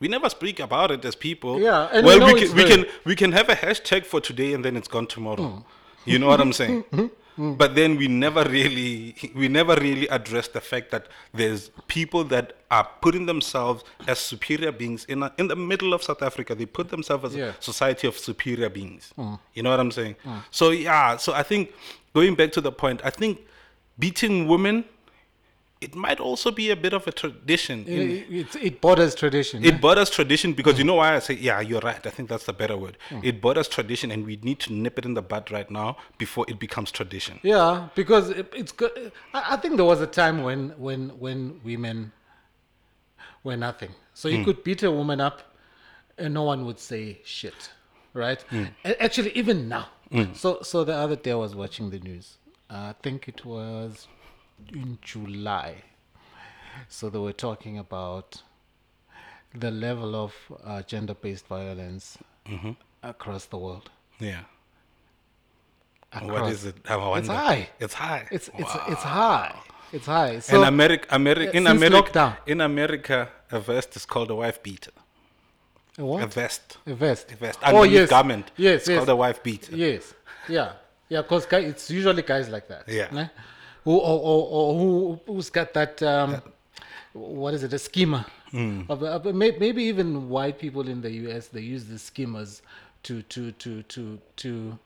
Speaker 2: We never speak about it as people.
Speaker 1: Yeah, and we
Speaker 2: well,
Speaker 1: know
Speaker 2: we
Speaker 1: it's
Speaker 2: can, we
Speaker 1: there.
Speaker 2: can we can have a hashtag for today and then it's gone tomorrow. You know what I'm saying? but then we never really we never really address the fact that there's people that are putting themselves as superior beings in a, in the middle of South Africa. They put themselves as
Speaker 1: Yeah. Mm.
Speaker 2: a society of superior beings. You know what I'm saying? So yeah, so I think going back to the point, I think beating women it might also be a bit of a tradition
Speaker 1: it,
Speaker 2: in,
Speaker 1: it's- it borders tradition
Speaker 2: it borders tradition because
Speaker 1: Hmm.
Speaker 2: you know why I say, yeah, you're right. I think that's the better word. It borders tradition, and we need to nip it in the bud right now before it becomes tradition.
Speaker 1: yeah because it, it's go- I, I think there was a time when when when women were nothing so
Speaker 2: Hmm.
Speaker 1: you could beat a woman up and no one would say shit right
Speaker 2: Hmm.
Speaker 1: A- actually even now so so the other day i was watching the news i think it was in july so they were talking about the level of uh, gender-based violence
Speaker 2: Mm-hmm.
Speaker 1: across the world
Speaker 2: Yeah.
Speaker 1: across,
Speaker 2: What is it? I wonder.
Speaker 1: it's high
Speaker 2: It's high.
Speaker 1: it's it's
Speaker 2: Wow.
Speaker 1: it's high. It's high. So
Speaker 2: and America, America, in
Speaker 1: since
Speaker 2: America,
Speaker 1: lockdown.
Speaker 2: in America, a vest is called a wife beater.
Speaker 1: a
Speaker 2: A
Speaker 1: what?
Speaker 2: vest.
Speaker 1: A vest. Oh,
Speaker 2: A vest. Underneath
Speaker 1: yes.
Speaker 2: garment.
Speaker 1: Yes,
Speaker 2: It's
Speaker 1: yes.
Speaker 2: called a wife beater.
Speaker 1: Yes. Yeah. Yeah. Because it's usually guys like that.
Speaker 2: Yeah.
Speaker 1: ne? Who or, or, or who who's got that? Um, what is it? A schema.
Speaker 2: Hmm.
Speaker 1: Of, of- may- maybe even white people in the U.S. They use the schemas to to to to to.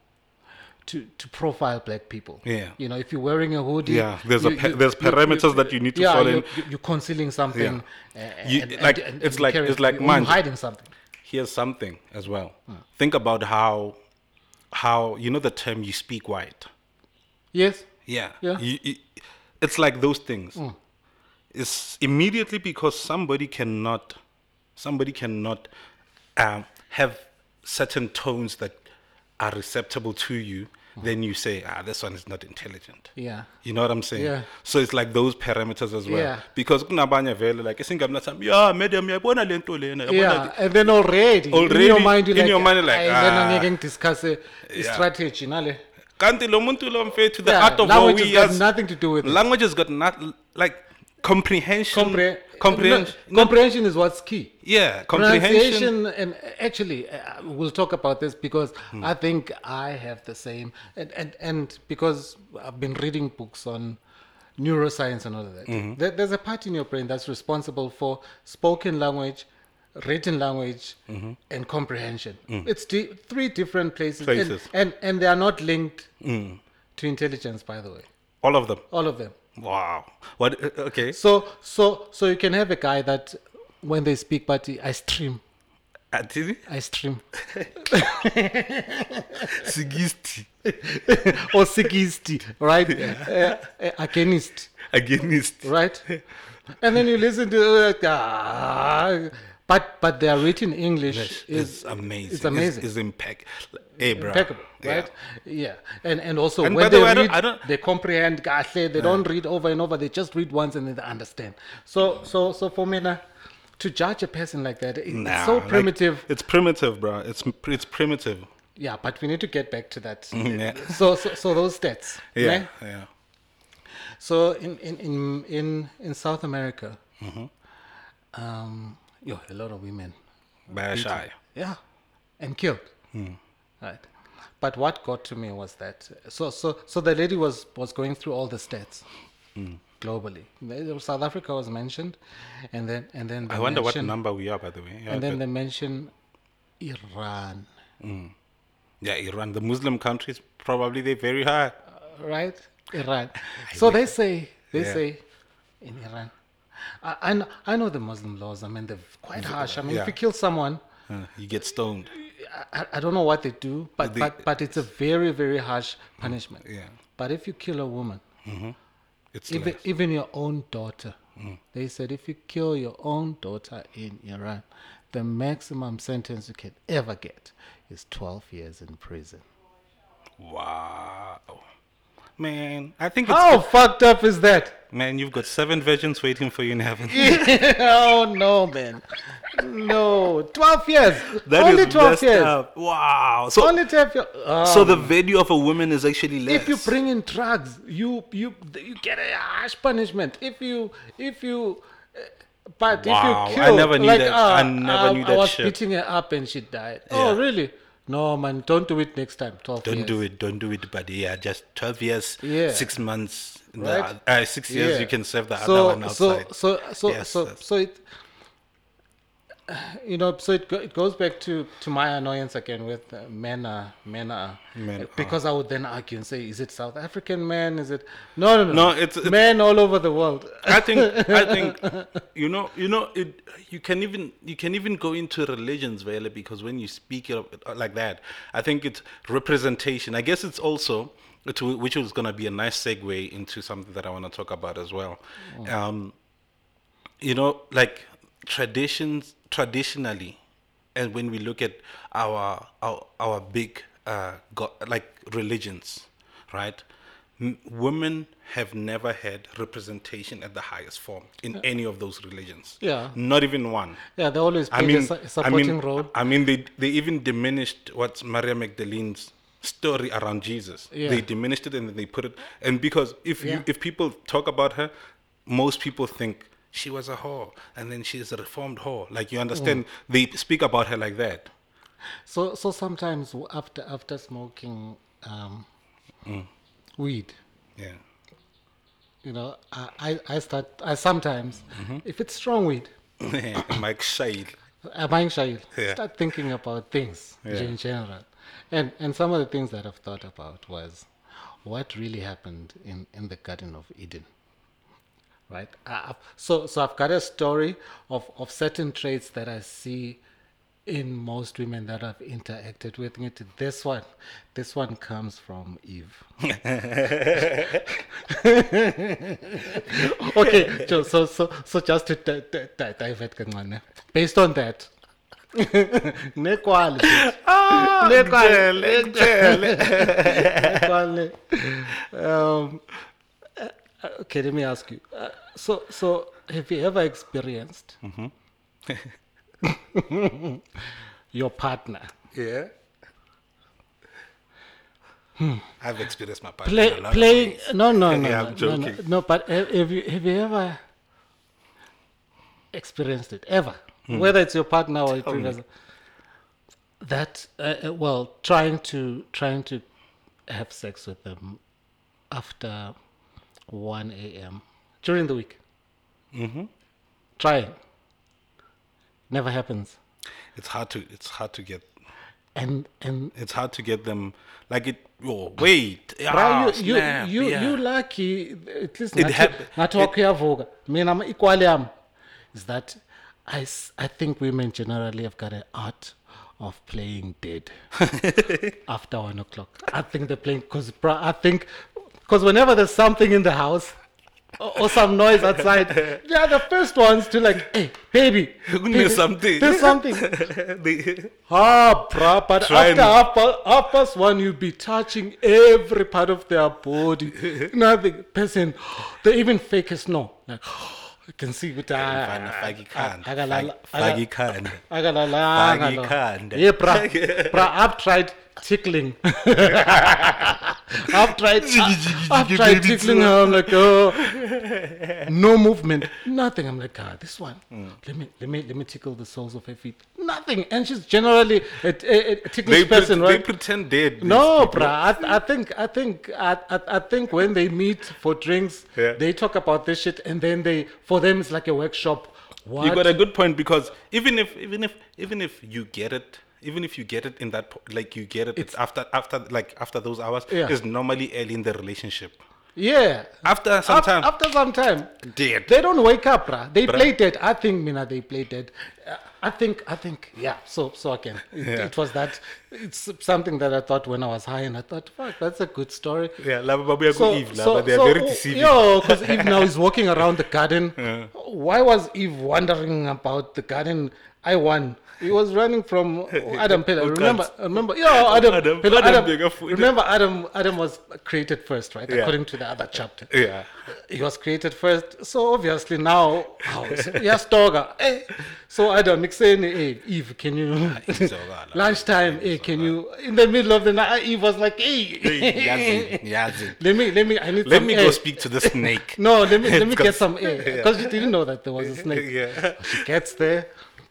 Speaker 1: To, to profile black people.
Speaker 2: Yeah.
Speaker 1: You know, if you're wearing a hoodie.
Speaker 2: Yeah, there's a pa- there's parameters that you need to
Speaker 1: yeah,
Speaker 2: follow in.
Speaker 1: You're, you're concealing something. uh,
Speaker 2: You-
Speaker 1: and- and-
Speaker 2: like,
Speaker 1: and-
Speaker 2: it's
Speaker 1: and
Speaker 2: like-
Speaker 1: carry-
Speaker 2: it's like
Speaker 1: you're
Speaker 2: manje.
Speaker 1: hiding something.
Speaker 2: Here's something as well.
Speaker 1: Hmm.
Speaker 2: Think about how, how you know the term "you speak white."
Speaker 1: Yes.
Speaker 2: Yeah.
Speaker 1: Yeah. Mm.
Speaker 2: You, you, it's like those things. It's immediately because somebody cannot, somebody cannot um, have certain tones that are receptible to you. Then you say, ah, this one is not intelligent.
Speaker 1: Mm. Yeah.
Speaker 2: You know what I'm saying?
Speaker 1: Yeah.
Speaker 2: So it's like those parameters as well.
Speaker 1: Yeah.
Speaker 2: Because kunabanya vele like isingamna sam, yeah, madam, yabona lento lena, yabona
Speaker 1: Yeah,
Speaker 2: le-"
Speaker 1: and then already, in
Speaker 2: Already,
Speaker 1: your mind, you're
Speaker 2: in
Speaker 1: like,
Speaker 2: your mind, you're like,
Speaker 1: "Ay, then
Speaker 2: ah."
Speaker 1: angeke ngidiscuss-e
Speaker 2: Yeah.
Speaker 1: strategy nale
Speaker 2: Kanti lo muntu lo mfethu, the
Speaker 1: Yeah,
Speaker 2: art of war
Speaker 1: language
Speaker 2: we
Speaker 1: has got
Speaker 2: as-
Speaker 1: nothing to do with it.
Speaker 2: language has got not like comprehension.
Speaker 1: Compre-
Speaker 2: comprehension.
Speaker 1: no, comprehension is what's key.
Speaker 2: Yeah, comprehension. Hmm.
Speaker 1: Pronunciation and actually, uh, we'll talk about this because I think I have the same, and, and and because I've been reading books on neuroscience and all of that.
Speaker 2: Mm-hmm.
Speaker 1: There, there's a part in your brain that's responsible for spoken language, written language,
Speaker 2: Mm-hmm.
Speaker 1: and comprehension. It's di- three different places, and-
Speaker 2: Mm. Places. Mm.
Speaker 1: And, and they are not linked to intelligence, by the way,
Speaker 2: All of them.
Speaker 1: all of them.
Speaker 2: Wow. What? uh, Okay.
Speaker 1: So so so you can have a guy that when they speak, but I stream,
Speaker 2: Uh, did he?
Speaker 1: I stream.
Speaker 2: Sigisti.
Speaker 1: or sigisti, right? Uh, uh, against,
Speaker 2: Against.
Speaker 1: right? And then you listen to uh, ah, but but their written English
Speaker 2: It's
Speaker 1: is
Speaker 2: amazing.
Speaker 1: It's amazing.
Speaker 2: It's, impeccable. Hey, bro.
Speaker 1: impeccable,
Speaker 2: Yeah.
Speaker 1: right? Yeah, and and also
Speaker 2: And by
Speaker 1: when
Speaker 2: the
Speaker 1: they
Speaker 2: way, I don't-
Speaker 1: read,
Speaker 2: I don't-
Speaker 1: they comprehend. kahle, They don't read over and over. They just read once and then they understand. So so so for me, nah, to judge a person like that, it-
Speaker 2: Nah,
Speaker 1: it's so
Speaker 2: like,
Speaker 1: primitive.
Speaker 2: it's primitive, bro. It's it's primitive. Mm,
Speaker 1: yeah, but we need to get back to that.
Speaker 2: Yeah.
Speaker 1: So, so so those stats.
Speaker 2: Mm-hmm. Yeah.
Speaker 1: né?
Speaker 2: Yeah.
Speaker 1: So in in in in, in South America,
Speaker 2: Mm-hmm.
Speaker 1: um, yo, a lot of women,
Speaker 2: By a shy.
Speaker 1: yeah, and killed.
Speaker 2: Hmm.
Speaker 1: right? But what got to me was that so so so the lady was was going through all the stats
Speaker 2: Hmm.
Speaker 1: globally. There- South Africa was mentioned, and then and then
Speaker 2: I
Speaker 1: they
Speaker 2: wonder what
Speaker 1: mention-
Speaker 2: number we are, by the way. Yeah,
Speaker 1: and then
Speaker 2: but-
Speaker 1: they mention Iran,
Speaker 2: yeah, Iran, the Muslim countries, probably they're very high.
Speaker 1: right? Iran. So they say they
Speaker 2: Yeah.
Speaker 1: say in Iran. I, I know I know the Muslim laws. I mean they're quite harsh. I mean
Speaker 2: Yeah.
Speaker 1: if you kill someone.
Speaker 2: Uh, you get stoned.
Speaker 1: I, I don't know what they do, but,
Speaker 2: They-
Speaker 1: but but it's a very very harsh punishment.
Speaker 2: Yeah.
Speaker 1: But if you kill a woman,
Speaker 2: It's
Speaker 1: even
Speaker 2: like-
Speaker 1: even your own daughter,
Speaker 2: Mm.
Speaker 1: they said if you kill your own daughter in Iran, the maximum sentence you can ever get is twelve years in prison.
Speaker 2: wow. Man, I think it's,
Speaker 1: How fucked up is that?
Speaker 2: man, you've got seven virgins waiting for you in heaven.
Speaker 1: oh no, man, no, twelve years.
Speaker 2: That is
Speaker 1: Only twelve
Speaker 2: messed
Speaker 1: years.
Speaker 2: up. Oh, Wow. So,
Speaker 1: Only twelve years.
Speaker 2: so the value of a woman is actually less.
Speaker 1: If you bring in drugs, you you you get a harsh punishment. If you if you, uh, but
Speaker 2: Wow, I
Speaker 1: if you kill,
Speaker 2: never knew
Speaker 1: like,
Speaker 2: that.
Speaker 1: ah,
Speaker 2: I never
Speaker 1: ah,
Speaker 2: knew
Speaker 1: I
Speaker 2: that
Speaker 1: was
Speaker 2: shit.
Speaker 1: beating her up and she died. Oh
Speaker 2: Yeah.
Speaker 1: really? No man, don't do it next time. Twelve.
Speaker 2: Don't
Speaker 1: years.
Speaker 2: do it, don't do it, buddy. Yeah, just 12 years,
Speaker 1: Yeah.
Speaker 2: six months, the
Speaker 1: Right?
Speaker 2: oth- uh, six years,
Speaker 1: Yeah.
Speaker 2: you can serve the
Speaker 1: so,
Speaker 2: other one outside.
Speaker 1: So so so
Speaker 2: Yes,
Speaker 1: so
Speaker 2: that's-
Speaker 1: so it. You know, so it, go, it goes back to, to my annoyance again with uh, men are men are
Speaker 2: Men are.
Speaker 1: because I would then argue and say, is it South African men? Is it no no
Speaker 2: No,
Speaker 1: no?
Speaker 2: it's- it's-
Speaker 1: men all over the world.
Speaker 2: I think I think you know you know it you can even you can even go into religions Vele because when you speak of it uh, like that I think it's representation I guess it's also to, which is going to be a nice segue into something that I want to talk about as well
Speaker 1: Oh.
Speaker 2: um you know like traditions traditionally and when we look at our our, our big uh go, like religions right M- women have never had representation at the highest form in any of those religions
Speaker 1: Yeah.
Speaker 2: not even one
Speaker 1: Yeah, they always play
Speaker 2: I mean,
Speaker 1: the su-
Speaker 2: I
Speaker 1: supporting
Speaker 2: mean,
Speaker 1: role.
Speaker 2: I mean, they they even diminished what's Maria Magdalene's story around Jesus.
Speaker 1: Yeah.
Speaker 2: They diminished it and then they put it. And because if you
Speaker 1: Yeah.
Speaker 2: if people talk about her, most people think she was a whore, and then she's a reformed whore. Like you understand,
Speaker 1: Mm.
Speaker 2: they speak about her like that.
Speaker 1: So, so sometimes w- after after smoking um,
Speaker 2: Mm.
Speaker 1: weed,
Speaker 2: Yeah.
Speaker 1: you know, I, I, I start. I sometimes,
Speaker 2: Mm-hmm.
Speaker 1: if it's strong weed,
Speaker 2: Mike Shail.
Speaker 1: I'm anxious.
Speaker 2: Yeah.
Speaker 1: Start thinking about things
Speaker 2: Yeah.
Speaker 1: in general, and and some of the things that I've thought about was what really happened in in the Garden of Eden. Right. I- I've- So so I've got a story of of certain traits that I see in most women that I've interacted with. Ngithi, This one, this one comes from Eve. okay, so so so, so just to di- di- di- divert kancane. Based on that, nekwale, nekwale, nekwale. Um, uh, uh, okay, let me ask you. Uh, so so, have you ever experienced your partner
Speaker 2: Yeah. I've experienced my partner.
Speaker 1: Hmm. play,
Speaker 2: a lot of
Speaker 1: playing?
Speaker 2: ways.
Speaker 1: No, no, no,
Speaker 2: Yeah, I'm
Speaker 1: no, no, no,
Speaker 2: joking.
Speaker 1: no. But ha- have you have you ever experienced it ever?
Speaker 2: Hmm.
Speaker 1: Whether it's your partner or your previous that uh, uh, well, trying to trying to have sex with them after one a.m. during the week. Mm-hmm. Trying never happens,
Speaker 2: It's hard to it's hard to get
Speaker 1: and and
Speaker 2: it's hard to get them like it oh wait
Speaker 1: Bra,
Speaker 2: ah,
Speaker 1: you, you,
Speaker 2: snap,
Speaker 1: you,
Speaker 2: yeah.
Speaker 1: you lucky at least
Speaker 2: It
Speaker 1: ngathi-
Speaker 2: hap-
Speaker 1: ngathi wakho uyavuka mina ama- equal yam is that I, s- I think women generally have got an art of playing dead after one o'clock i think they're playing because i think because whenever there's something in the house or, or some noise outside they are the first ones to like hey baby,
Speaker 2: Give me
Speaker 1: baby,
Speaker 2: something."
Speaker 1: there's something
Speaker 2: They-
Speaker 1: Ah, bruh, but
Speaker 2: Try and-
Speaker 1: after half past, half past one, you'll be touching every part of their body. Nothing. Person, they even fake a snore. Like, I can see with Ah,
Speaker 2: Mfana, faka ikhanda,
Speaker 1: Agalala-
Speaker 2: faka- faka ikhanda. Faka ikhanda.
Speaker 1: Yeah, bruh. bruh, I've tried tickling. I've tried, I, I've tried tickling her. I'm like, oh, no movement, nothing. I'm like, ah, this one. Let me, let me, let me tickle the soles of her feet. Nothing. And she's generally a, a, a ticklish
Speaker 2: They, pre-
Speaker 1: person,
Speaker 2: they
Speaker 1: right?
Speaker 2: pretend dead.
Speaker 1: no, bruh. I, th- I think, I think, I, I, I think when they meet for drinks,
Speaker 2: Yeah.
Speaker 1: they talk about this shit, and then they, for them, it's like a workshop. What?
Speaker 2: You got a good point because even if even if even if you get it, even if you get it in that po- like you get it, it's, after after like after those hours
Speaker 1: Yeah.
Speaker 2: is normally early in the relationship.
Speaker 1: yeah.
Speaker 2: After some
Speaker 1: After,
Speaker 2: time,
Speaker 1: after some time,
Speaker 2: dead.
Speaker 1: They don't wake up, bruh. They
Speaker 2: Bruh.
Speaker 1: play dead. I think, Mina, they play dead. Uh, I think, I think, yeah. So, so again, it,
Speaker 2: Yeah.
Speaker 1: it was that. It's something that I thought when I was high, and I thought, fuck, that's a good story.
Speaker 2: yeah, love about Eve,
Speaker 1: So,
Speaker 2: love,
Speaker 1: so,
Speaker 2: but they are
Speaker 1: so,
Speaker 2: very
Speaker 1: oh,
Speaker 2: deceiving.
Speaker 1: Yo, because Eve now is walking around the garden. Why was Eve wondering about the garden? I won. He was running from Adam Pillar.
Speaker 2: Ucans.
Speaker 1: Remember, remember, yo, Adam,
Speaker 2: Adam-
Speaker 1: Philo-
Speaker 2: Adam
Speaker 1: Adam-
Speaker 2: being a fool.
Speaker 1: remember, Adam, Adam was created first, right?
Speaker 2: Yeah.
Speaker 1: According to the other chapter
Speaker 2: Yeah,
Speaker 1: he was created first so obviously now oh, so- yasitoka eh. so adam ikuseni eh, eve can you
Speaker 2: Ah, izwakala.
Speaker 1: lunchtime eh, can you in the middle of the night eve was like hey
Speaker 3: Yazi, yazi.
Speaker 1: let me let me i need
Speaker 2: let
Speaker 1: some
Speaker 2: me
Speaker 1: air.
Speaker 2: go speak to the snake.
Speaker 1: no let me let me get
Speaker 2: Because-
Speaker 1: some air because she didn't know that there was a snake
Speaker 2: yeah.
Speaker 1: she gets there.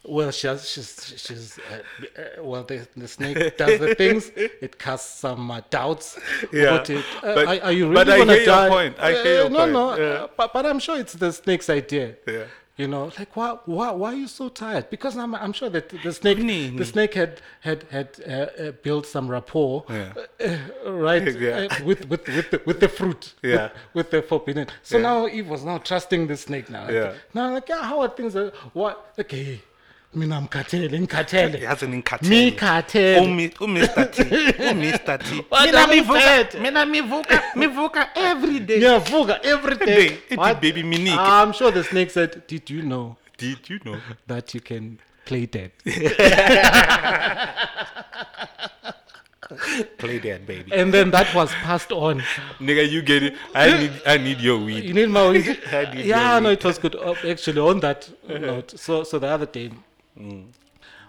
Speaker 1: Well, she has, she's she's uh, uh, well. The, the snake does the things. It casts some uh, doubts.
Speaker 2: Yeah,
Speaker 1: But it, uh,
Speaker 2: but-
Speaker 1: are, are you really
Speaker 2: but I
Speaker 1: gonna
Speaker 2: hear your
Speaker 1: die?
Speaker 2: point. I hear your
Speaker 1: no,
Speaker 2: point.
Speaker 1: no.
Speaker 2: Yeah.
Speaker 1: uh, but, but I'm sure it's the snake's idea.
Speaker 2: Yeah.
Speaker 1: You know, like why why why are you so tired? Because I'm I'm sure that the snake
Speaker 2: Nee, nee.
Speaker 1: the snake had had had uh, uh, built some rapport,
Speaker 2: Yeah.
Speaker 1: uh, uh, right?
Speaker 2: Yeah.
Speaker 1: uh, with with with the, with the fruit.
Speaker 2: Yeah.
Speaker 1: With, with the forbidden. So
Speaker 2: Yeah.
Speaker 1: now Eve was now trusting the snake now.
Speaker 2: Yeah.
Speaker 1: Now like yeah, how are things? Uh, what? Okay. Mina mkhathele ngikhathele
Speaker 3: Yazi ngikhathele.
Speaker 1: mikhathele
Speaker 2: Oh,
Speaker 3: Umi- Umr. T. Umr. T.
Speaker 1: What
Speaker 3: Mina
Speaker 1: are you
Speaker 3: mivuka-
Speaker 1: fed?
Speaker 3: mina mivuka, mivuka every day.
Speaker 1: ngiyavuka every day
Speaker 3: Ethi
Speaker 1: What?
Speaker 3: baby minike.
Speaker 1: I'm sure the snake said did you know
Speaker 2: Did you know?
Speaker 1: that you can play dead
Speaker 3: Play that, baby.
Speaker 1: and then that was passed on
Speaker 2: Nigga, you get it.
Speaker 1: Eh.
Speaker 2: I need I need your weed.
Speaker 1: you need my wings.
Speaker 3: I need
Speaker 1: yeah,
Speaker 3: your
Speaker 1: no, it was good. Oh, actually, on that
Speaker 3: Uh-huh.
Speaker 1: note, so so the other day,
Speaker 3: Mm.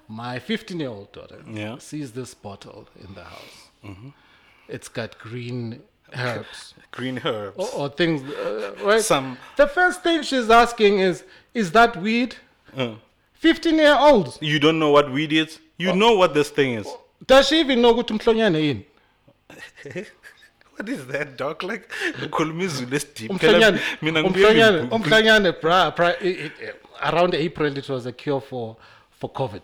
Speaker 1: my 15 year old daughter
Speaker 2: Yeah.
Speaker 1: sees this bottle in the house.
Speaker 3: Mm-hmm.
Speaker 1: It's got green herbs
Speaker 2: Green herbs.
Speaker 1: or, or things, uh, right?
Speaker 3: Some-
Speaker 1: The first thing she's asking is, is that weed? 15 year olds.
Speaker 2: Mm. You don't know what weed is. You
Speaker 1: Oh.
Speaker 2: know what this thing is.
Speaker 1: Does she even know what mhlonyane yini? Oh.
Speaker 3: What is that, dog? Like, ukhuluma izulu esideep.
Speaker 1: umhlonyane
Speaker 3: Phela mina ngibuye
Speaker 1: umhlonyane
Speaker 3: ngibhu-
Speaker 1: umhlonyane bra, bra i- i- around april it was a cure for for covid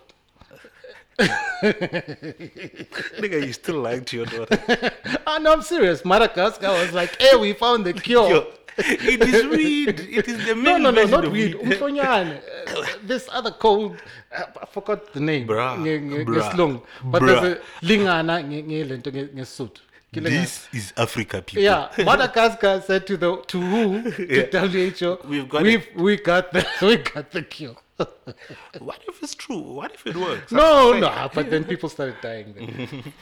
Speaker 3: Nigga, you still lying to your daughter.
Speaker 1: oh no i'm serious madagascar was like hey we found the cure
Speaker 3: Yo, it is weed. It is the main
Speaker 1: Oh. no no no
Speaker 3: version
Speaker 1: not
Speaker 3: of
Speaker 1: weed Um umhlonyane Uh, this other cold uh, i forgot the name
Speaker 3: Bra,
Speaker 1: Nge- nge-
Speaker 3: bra,
Speaker 1: ngesilungu but
Speaker 3: bra.
Speaker 1: there's a lingana nge- ngelento nge- ngesuthu Kilingana.
Speaker 3: This is Africa, people.
Speaker 1: yeah, Madagascar said to the to who to WHO,
Speaker 3: We've got
Speaker 1: we've, we got the we got the cure.
Speaker 3: What if it's true? What if it works?
Speaker 1: no, no. But then people started dying. Then.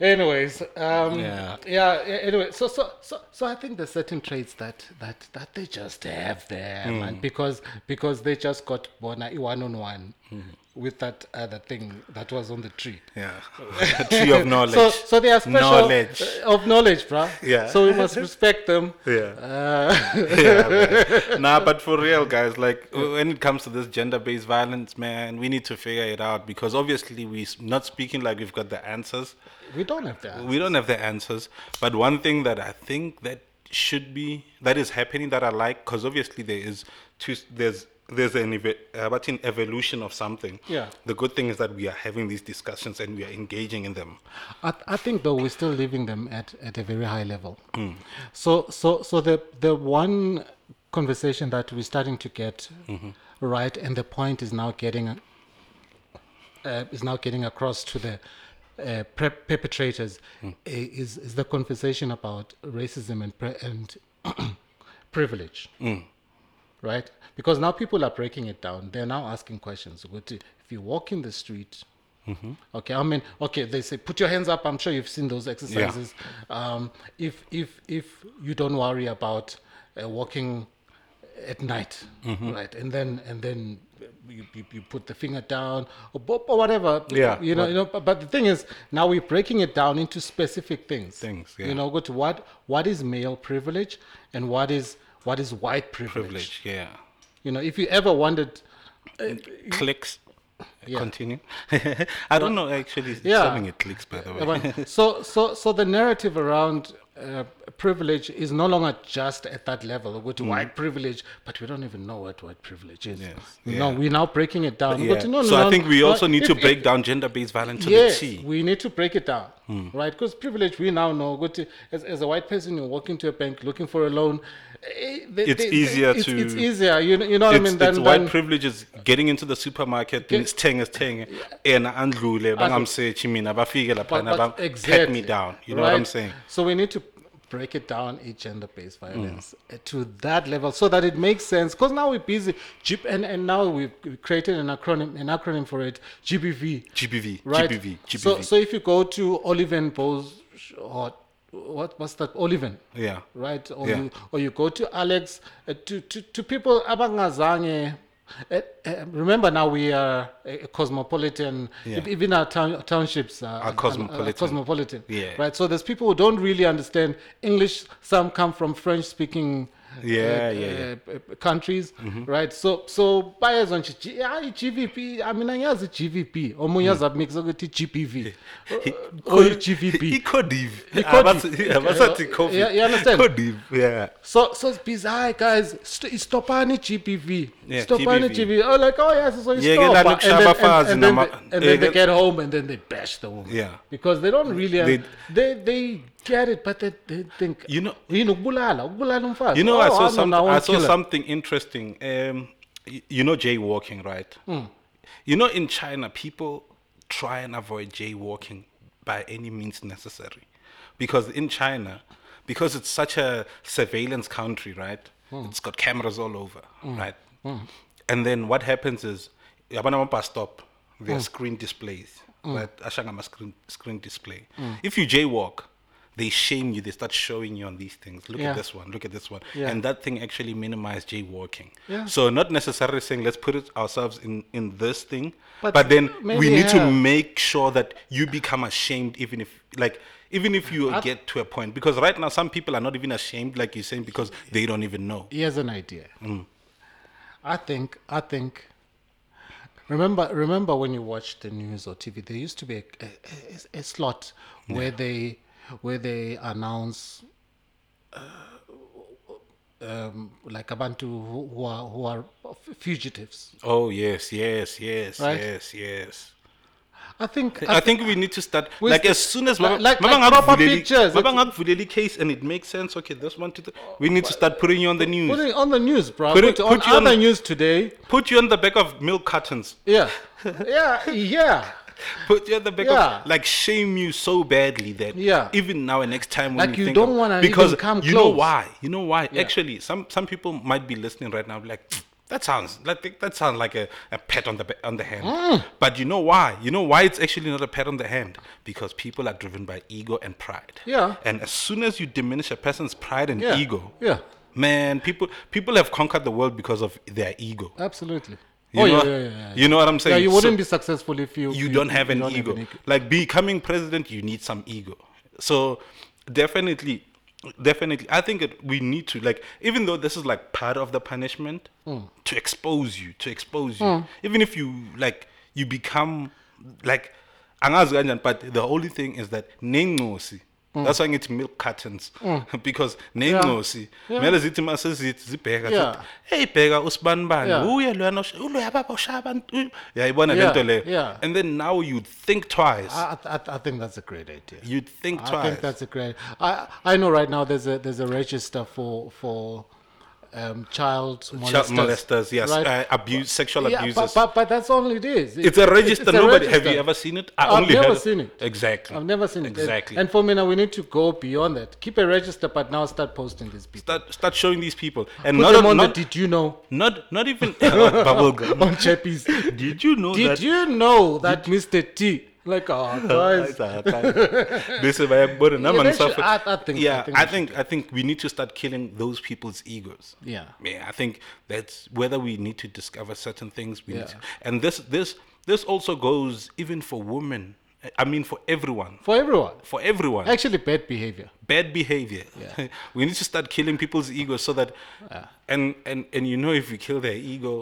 Speaker 1: Anyways, um,
Speaker 3: Yeah.
Speaker 1: yeah. a- Anyway, so so so so I think there's certain traits that that that they just have there, man, because because they just got born uh, one on one with that other thing that was on the tree.
Speaker 3: Yeah. Tree of knowledge.
Speaker 1: So, so they are special
Speaker 3: Knowledge.
Speaker 1: uh, of knowledge, bruh.
Speaker 2: Yeah.
Speaker 1: So we must respect them. Uh,
Speaker 2: yeah, man. nah, but for real, guys, like when it comes to this gender-based violence, man, we need to figure it out because obviously we're not speaking like we've got the answers.
Speaker 1: we don't have that.
Speaker 2: We don't have the answers. But one thing that I think that should be that is happening that I like because obviously there is two, there's there's an eve- uh, but an evolution of something.
Speaker 1: Yeah.
Speaker 2: The good thing is that we are having these discussions and we are engaging in them.
Speaker 1: I, th- I think though we're still leaving them at, at a very high level. So so so the the one conversation that we're starting to get right, and the point is now getting uh, is now getting across to the uh, pre- perpetrators i- is is the conversation about racism and pre- and privilege, right? Because now people are breaking it down. They're now asking questions. ukuthi If you walk in the street.
Speaker 2: Mm-hmm.
Speaker 1: Okay, I mean, okay, they say put your hands up. I'm sure you've seen those exercises. Um, if if if you don't worry
Speaker 2: Mm-hmm.
Speaker 1: about uh, walking at night, right, and then and then you, you, you put the finger down or, bo- or whatever.
Speaker 2: Yeah,
Speaker 1: You know,
Speaker 2: what-
Speaker 1: you know but, but the thing is now we're breaking it down into specific things.
Speaker 2: Things, yeah.
Speaker 1: You know, go to what what is male privilege and what is what is white privilege.
Speaker 2: privilege. Yeah,
Speaker 1: You know, if you ever wondered
Speaker 2: clicks.
Speaker 1: Yeah.
Speaker 2: Continue. I don't know actually.
Speaker 1: Yeah.
Speaker 2: Something it clicks by the way.
Speaker 1: Well, so so so the narrative around uh, privilege is no longer just at that level with white privilege but we don't even know what white privilege is
Speaker 2: Mm. Yes,
Speaker 1: no
Speaker 2: yeah.
Speaker 1: we're now breaking it down
Speaker 2: Yeah.
Speaker 1: But no, no,
Speaker 2: so
Speaker 1: no,
Speaker 2: I think we
Speaker 1: no,
Speaker 2: also need
Speaker 1: if-
Speaker 2: to
Speaker 1: if-
Speaker 2: break down gender-based violence to
Speaker 1: yes,
Speaker 2: the Mm. T.
Speaker 1: we need to break it down, right? Because privilege, we now know. Go to, as, as a white person, you walk into a bank looking for a loan. eh, they-
Speaker 2: It's
Speaker 1: they-
Speaker 2: easier
Speaker 1: it's,
Speaker 2: to-
Speaker 1: It's easier. You know, you know what I
Speaker 2: It's,
Speaker 1: mean? Than,
Speaker 2: it's white
Speaker 1: than-
Speaker 2: privilege is getting into the supermarket and it's tang is tang and andlule bangamsethi mina bafike lapha
Speaker 1: but, but
Speaker 2: pat me down you know what i'm
Speaker 1: right?
Speaker 2: saying
Speaker 1: So we need to break it down each gender-based violence
Speaker 2: Mm.
Speaker 1: eh, to that level so that it makes sense. Because now we're busy, Jeep, and, and now we've created an acronym, an acronym for it, GBV.
Speaker 2: gbv
Speaker 1: right?
Speaker 2: gbv gbv
Speaker 1: So, so if you go to Oliven Bose or what what's that Oliven,
Speaker 2: yeah
Speaker 1: right? Or
Speaker 2: Yeah.
Speaker 1: you or you go to Alex uh, to, to to people abangazange. Uh, uh, remember now we are a, a cosmopolitan.
Speaker 2: Yeah.
Speaker 1: ev- Even our town, townships are, are- are-
Speaker 2: cosmopolitan.
Speaker 1: Are cosmopolitan.
Speaker 2: Yeah.
Speaker 1: Right. So there's people who don't really understand English. Some come from French-speaking.
Speaker 2: Yeah, yeah, yeah. Mm-hmm.
Speaker 1: uh, uh, countries right so so buyers on hayi GVP I mean angiyazi GVP omunye
Speaker 2: Mm.
Speaker 1: azamikisa ukuthi GPV or GVP
Speaker 2: ikhodive
Speaker 1: Ikhodiv.
Speaker 2: abasathi
Speaker 1: Yeah,
Speaker 2: covid
Speaker 1: you understand?
Speaker 2: Ikhodiv, yeah
Speaker 1: so so it's bizarre guys St- stopani GPV
Speaker 2: Yeah,
Speaker 1: stopani
Speaker 2: GBV.
Speaker 1: GPV oh like oh yes so you
Speaker 2: Yekelani
Speaker 1: stop and
Speaker 2: ukushaya
Speaker 1: then, and,
Speaker 2: abafazi
Speaker 1: and then,
Speaker 2: nama-
Speaker 1: they, and then they
Speaker 2: Yeke-
Speaker 1: get home and then they bash the woman
Speaker 2: Yeah.
Speaker 1: because they don't really uh,
Speaker 2: They-
Speaker 1: they they get it but they, they think
Speaker 2: You know-
Speaker 1: yini ukubulala ukubulala umfazi
Speaker 2: You know,
Speaker 1: oh,
Speaker 2: I saw
Speaker 1: I'm
Speaker 2: some.
Speaker 1: now
Speaker 2: I
Speaker 1: a
Speaker 2: saw
Speaker 1: killer.
Speaker 2: something interesting. Um, y- you know, jaywalking, right?
Speaker 1: Hmm.
Speaker 2: You know, in China, people try and avoid jaywalking by any means necessary, because in China, because it's such a surveillance country, right?
Speaker 1: Hmm.
Speaker 2: It's got cameras all over, right? And then what happens is, yabona bus stop, there are
Speaker 1: Hmm.
Speaker 2: screen displays, right? Ashangama screen screen display.
Speaker 1: Hmm.
Speaker 2: If you jaywalk. They shame you. They start showing you on these things. Look
Speaker 1: Yeah.
Speaker 2: at this one. Look at this one.
Speaker 1: Yeah.
Speaker 2: And that thing actually minimized jaywalking.
Speaker 1: Yeah.
Speaker 2: So not necessarily saying let's put it ourselves in in this thing,
Speaker 1: But
Speaker 2: but, then we
Speaker 1: maybe
Speaker 2: need to
Speaker 1: have.
Speaker 2: make sure that you become ashamed, even if like even if you get to a point, because right now some people are not even ashamed, like you're saying, because they don't even know.
Speaker 1: here's an idea.
Speaker 2: Mm.
Speaker 1: I think I think. Remember, remember when you watched the news or TV, there used to be a, a- a- a slot where they where they announce. Uh, um, like abantu who, who are who are fugitives.
Speaker 2: Oh yes, yes, yes,
Speaker 1: Right.
Speaker 2: yes, yes.
Speaker 1: I think
Speaker 2: I think we need to start
Speaker 1: We
Speaker 2: like
Speaker 1: st-
Speaker 2: as soon as
Speaker 1: like- like-
Speaker 2: Mama
Speaker 1: like
Speaker 2: Ngakuvuleli-
Speaker 1: proper pictures. Oh,
Speaker 2: Mama Ngakuvuleli case and it makes sense. Okay, this one, two, three. We need to start putting you on the news.
Speaker 1: put it on the news, bro.
Speaker 2: Put
Speaker 1: Put,
Speaker 2: it-
Speaker 1: it, on
Speaker 2: put you on-
Speaker 1: other news today.
Speaker 2: Put you on the back of milk cartons.
Speaker 1: Yeah, yeah, yeah.
Speaker 2: Put you at the back
Speaker 1: Yeah.
Speaker 2: of like shame you so badly that
Speaker 1: Yeah.
Speaker 2: even now and next time when
Speaker 1: Like
Speaker 2: you
Speaker 1: you
Speaker 2: think
Speaker 1: don't
Speaker 2: of-
Speaker 1: wanna
Speaker 2: because
Speaker 1: even come
Speaker 2: you know
Speaker 1: close.
Speaker 2: why you know why actually some some people might be listening right now be like that sounds like that- that sounds like a, a pat on the ba- on the hand
Speaker 1: Mm.
Speaker 2: but you know why you know why it's actually not a pat on the hand because people are driven by ego and pride
Speaker 1: Yeah.
Speaker 2: and as soon as you diminish a person's pride and
Speaker 1: Yeah.
Speaker 2: ego
Speaker 1: Yeah.
Speaker 2: man people people have conquered the world because of their ego
Speaker 1: Absolutely.
Speaker 2: You
Speaker 1: oh yeah,
Speaker 2: know-
Speaker 1: yeah, yeah, yeah.
Speaker 2: you know what I'm saying?
Speaker 1: Yeah, you
Speaker 2: So-
Speaker 1: wouldn't be successful if you
Speaker 2: you don't have an
Speaker 1: don't
Speaker 2: ego.
Speaker 1: ego.
Speaker 2: Like becoming president, you need some ego. So definitely, definitely, I think it, we need to like even though this is like part of the punishment
Speaker 1: Hmm.
Speaker 2: to expose you, to expose you. Even if you like you become like angazi kanjani, but the only thing is that nengosi.
Speaker 1: Hmm.
Speaker 2: That's why ngithi milk cartons because nengosi mele zithi masezithi zibheka
Speaker 1: Yeah.
Speaker 2: zithi hey bheka usibani bani
Speaker 1: Yeah.
Speaker 2: uye loyana osh- uloya baba oshaya abantu uy-" uyayibona le
Speaker 1: Yeah,
Speaker 2: nto leyo
Speaker 1: yeah.
Speaker 2: and then now you'd think twice.
Speaker 1: I, I, I think that's a great idea.
Speaker 2: you'd think
Speaker 1: Ah, I
Speaker 2: twice.
Speaker 1: think that's a great. I I know right now there's a there's a register for for um, child molesters.
Speaker 2: Child molesters, yes,
Speaker 1: right?
Speaker 2: uh, abuse, sexual
Speaker 1: yeah,
Speaker 2: abusers.
Speaker 1: but, but but that's all it is.
Speaker 2: it's a register.
Speaker 1: it's a
Speaker 2: Nobody. Have
Speaker 1: register.
Speaker 2: you ever seen it? I
Speaker 1: I've never
Speaker 2: heard-
Speaker 1: seen it.
Speaker 2: Exactly.
Speaker 1: I've never seen it.
Speaker 2: Exactly.
Speaker 1: And for me now, we need to go beyond that. Keep a register, but now start posting these people.
Speaker 2: start start showing these people, and
Speaker 1: Put
Speaker 2: not
Speaker 1: them on
Speaker 2: not,
Speaker 1: the did you know
Speaker 2: not not even bubble gum.
Speaker 1: on Chappies.
Speaker 2: Did you know
Speaker 1: did
Speaker 2: that?
Speaker 1: you know that Mr. T like oh guys
Speaker 2: Listen, bayakubona nami
Speaker 1: Eventually,
Speaker 2: angisafa-
Speaker 1: I- I think- I
Speaker 2: yeah
Speaker 1: think
Speaker 2: i
Speaker 1: we
Speaker 2: think i think we need to start killing those people's egos
Speaker 1: Yeah.
Speaker 2: yeah i think that's whether we need to discover certain things we
Speaker 1: Yeah.
Speaker 2: need to, and this this this also goes even for women i mean for everyone
Speaker 1: for everyone.
Speaker 2: for everyone
Speaker 1: Actually, bad behavior.
Speaker 2: bad behavior.
Speaker 1: Yeah.
Speaker 2: we need to start killing people's egos so that, and and and you know, if we kill their ego,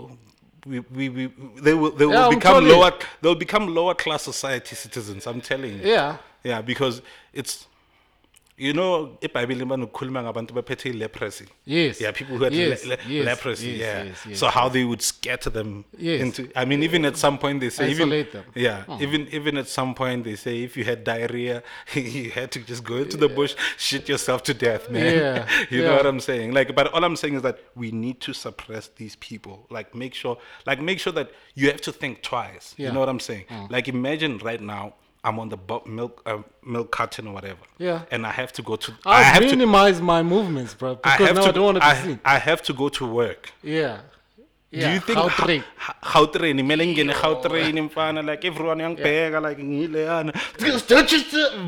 Speaker 2: we we, we they will they will
Speaker 1: Yeah, I'm
Speaker 2: become
Speaker 1: telling you.
Speaker 2: lower they'll become lower class society citizens. I'm telling you.
Speaker 1: Yeah.
Speaker 2: Yeah, because it's. You know, ibhayibheli banokukhuluma ngabantu baphethe leprosy.
Speaker 1: Yes.
Speaker 2: Yeah, people who had
Speaker 1: Yes,
Speaker 2: le- le-
Speaker 1: yes,
Speaker 2: leprosy.
Speaker 1: yes,
Speaker 2: yeah.
Speaker 1: yes, yes,
Speaker 2: so how they would scatter them
Speaker 1: Yes.
Speaker 2: into. I mean, even at some point they say even
Speaker 1: Isolate them. Hmm.
Speaker 2: yeah, even even at some point they say if you had diarrhea, you had to just go into the bush, shit yourself to death, man.
Speaker 1: Yeah,
Speaker 2: you know
Speaker 1: yeah.
Speaker 2: what I'm saying? Like, but all I'm saying is that we need to suppress these people. Like, make sure, like, make sure that you have to think
Speaker 1: Yeah.
Speaker 2: twice.
Speaker 1: Mm.
Speaker 2: You know what I'm saying? Like, imagine right now. I'm on the bu- milk uh, milk carton or whatever,
Speaker 1: Yeah.
Speaker 2: and I have to go to. I,
Speaker 1: I,
Speaker 2: have to.
Speaker 1: minimize my movements, bro,
Speaker 2: I
Speaker 1: because
Speaker 2: have
Speaker 1: now
Speaker 2: to.
Speaker 1: I don't want to be
Speaker 2: I,
Speaker 1: seen.
Speaker 2: I have to go to work.
Speaker 1: Yeah. yeah.
Speaker 2: Do you think
Speaker 1: How three?
Speaker 2: Gautrain, Melengene, Gautrain, Mfana, like everyone young pega, like Ngileyana.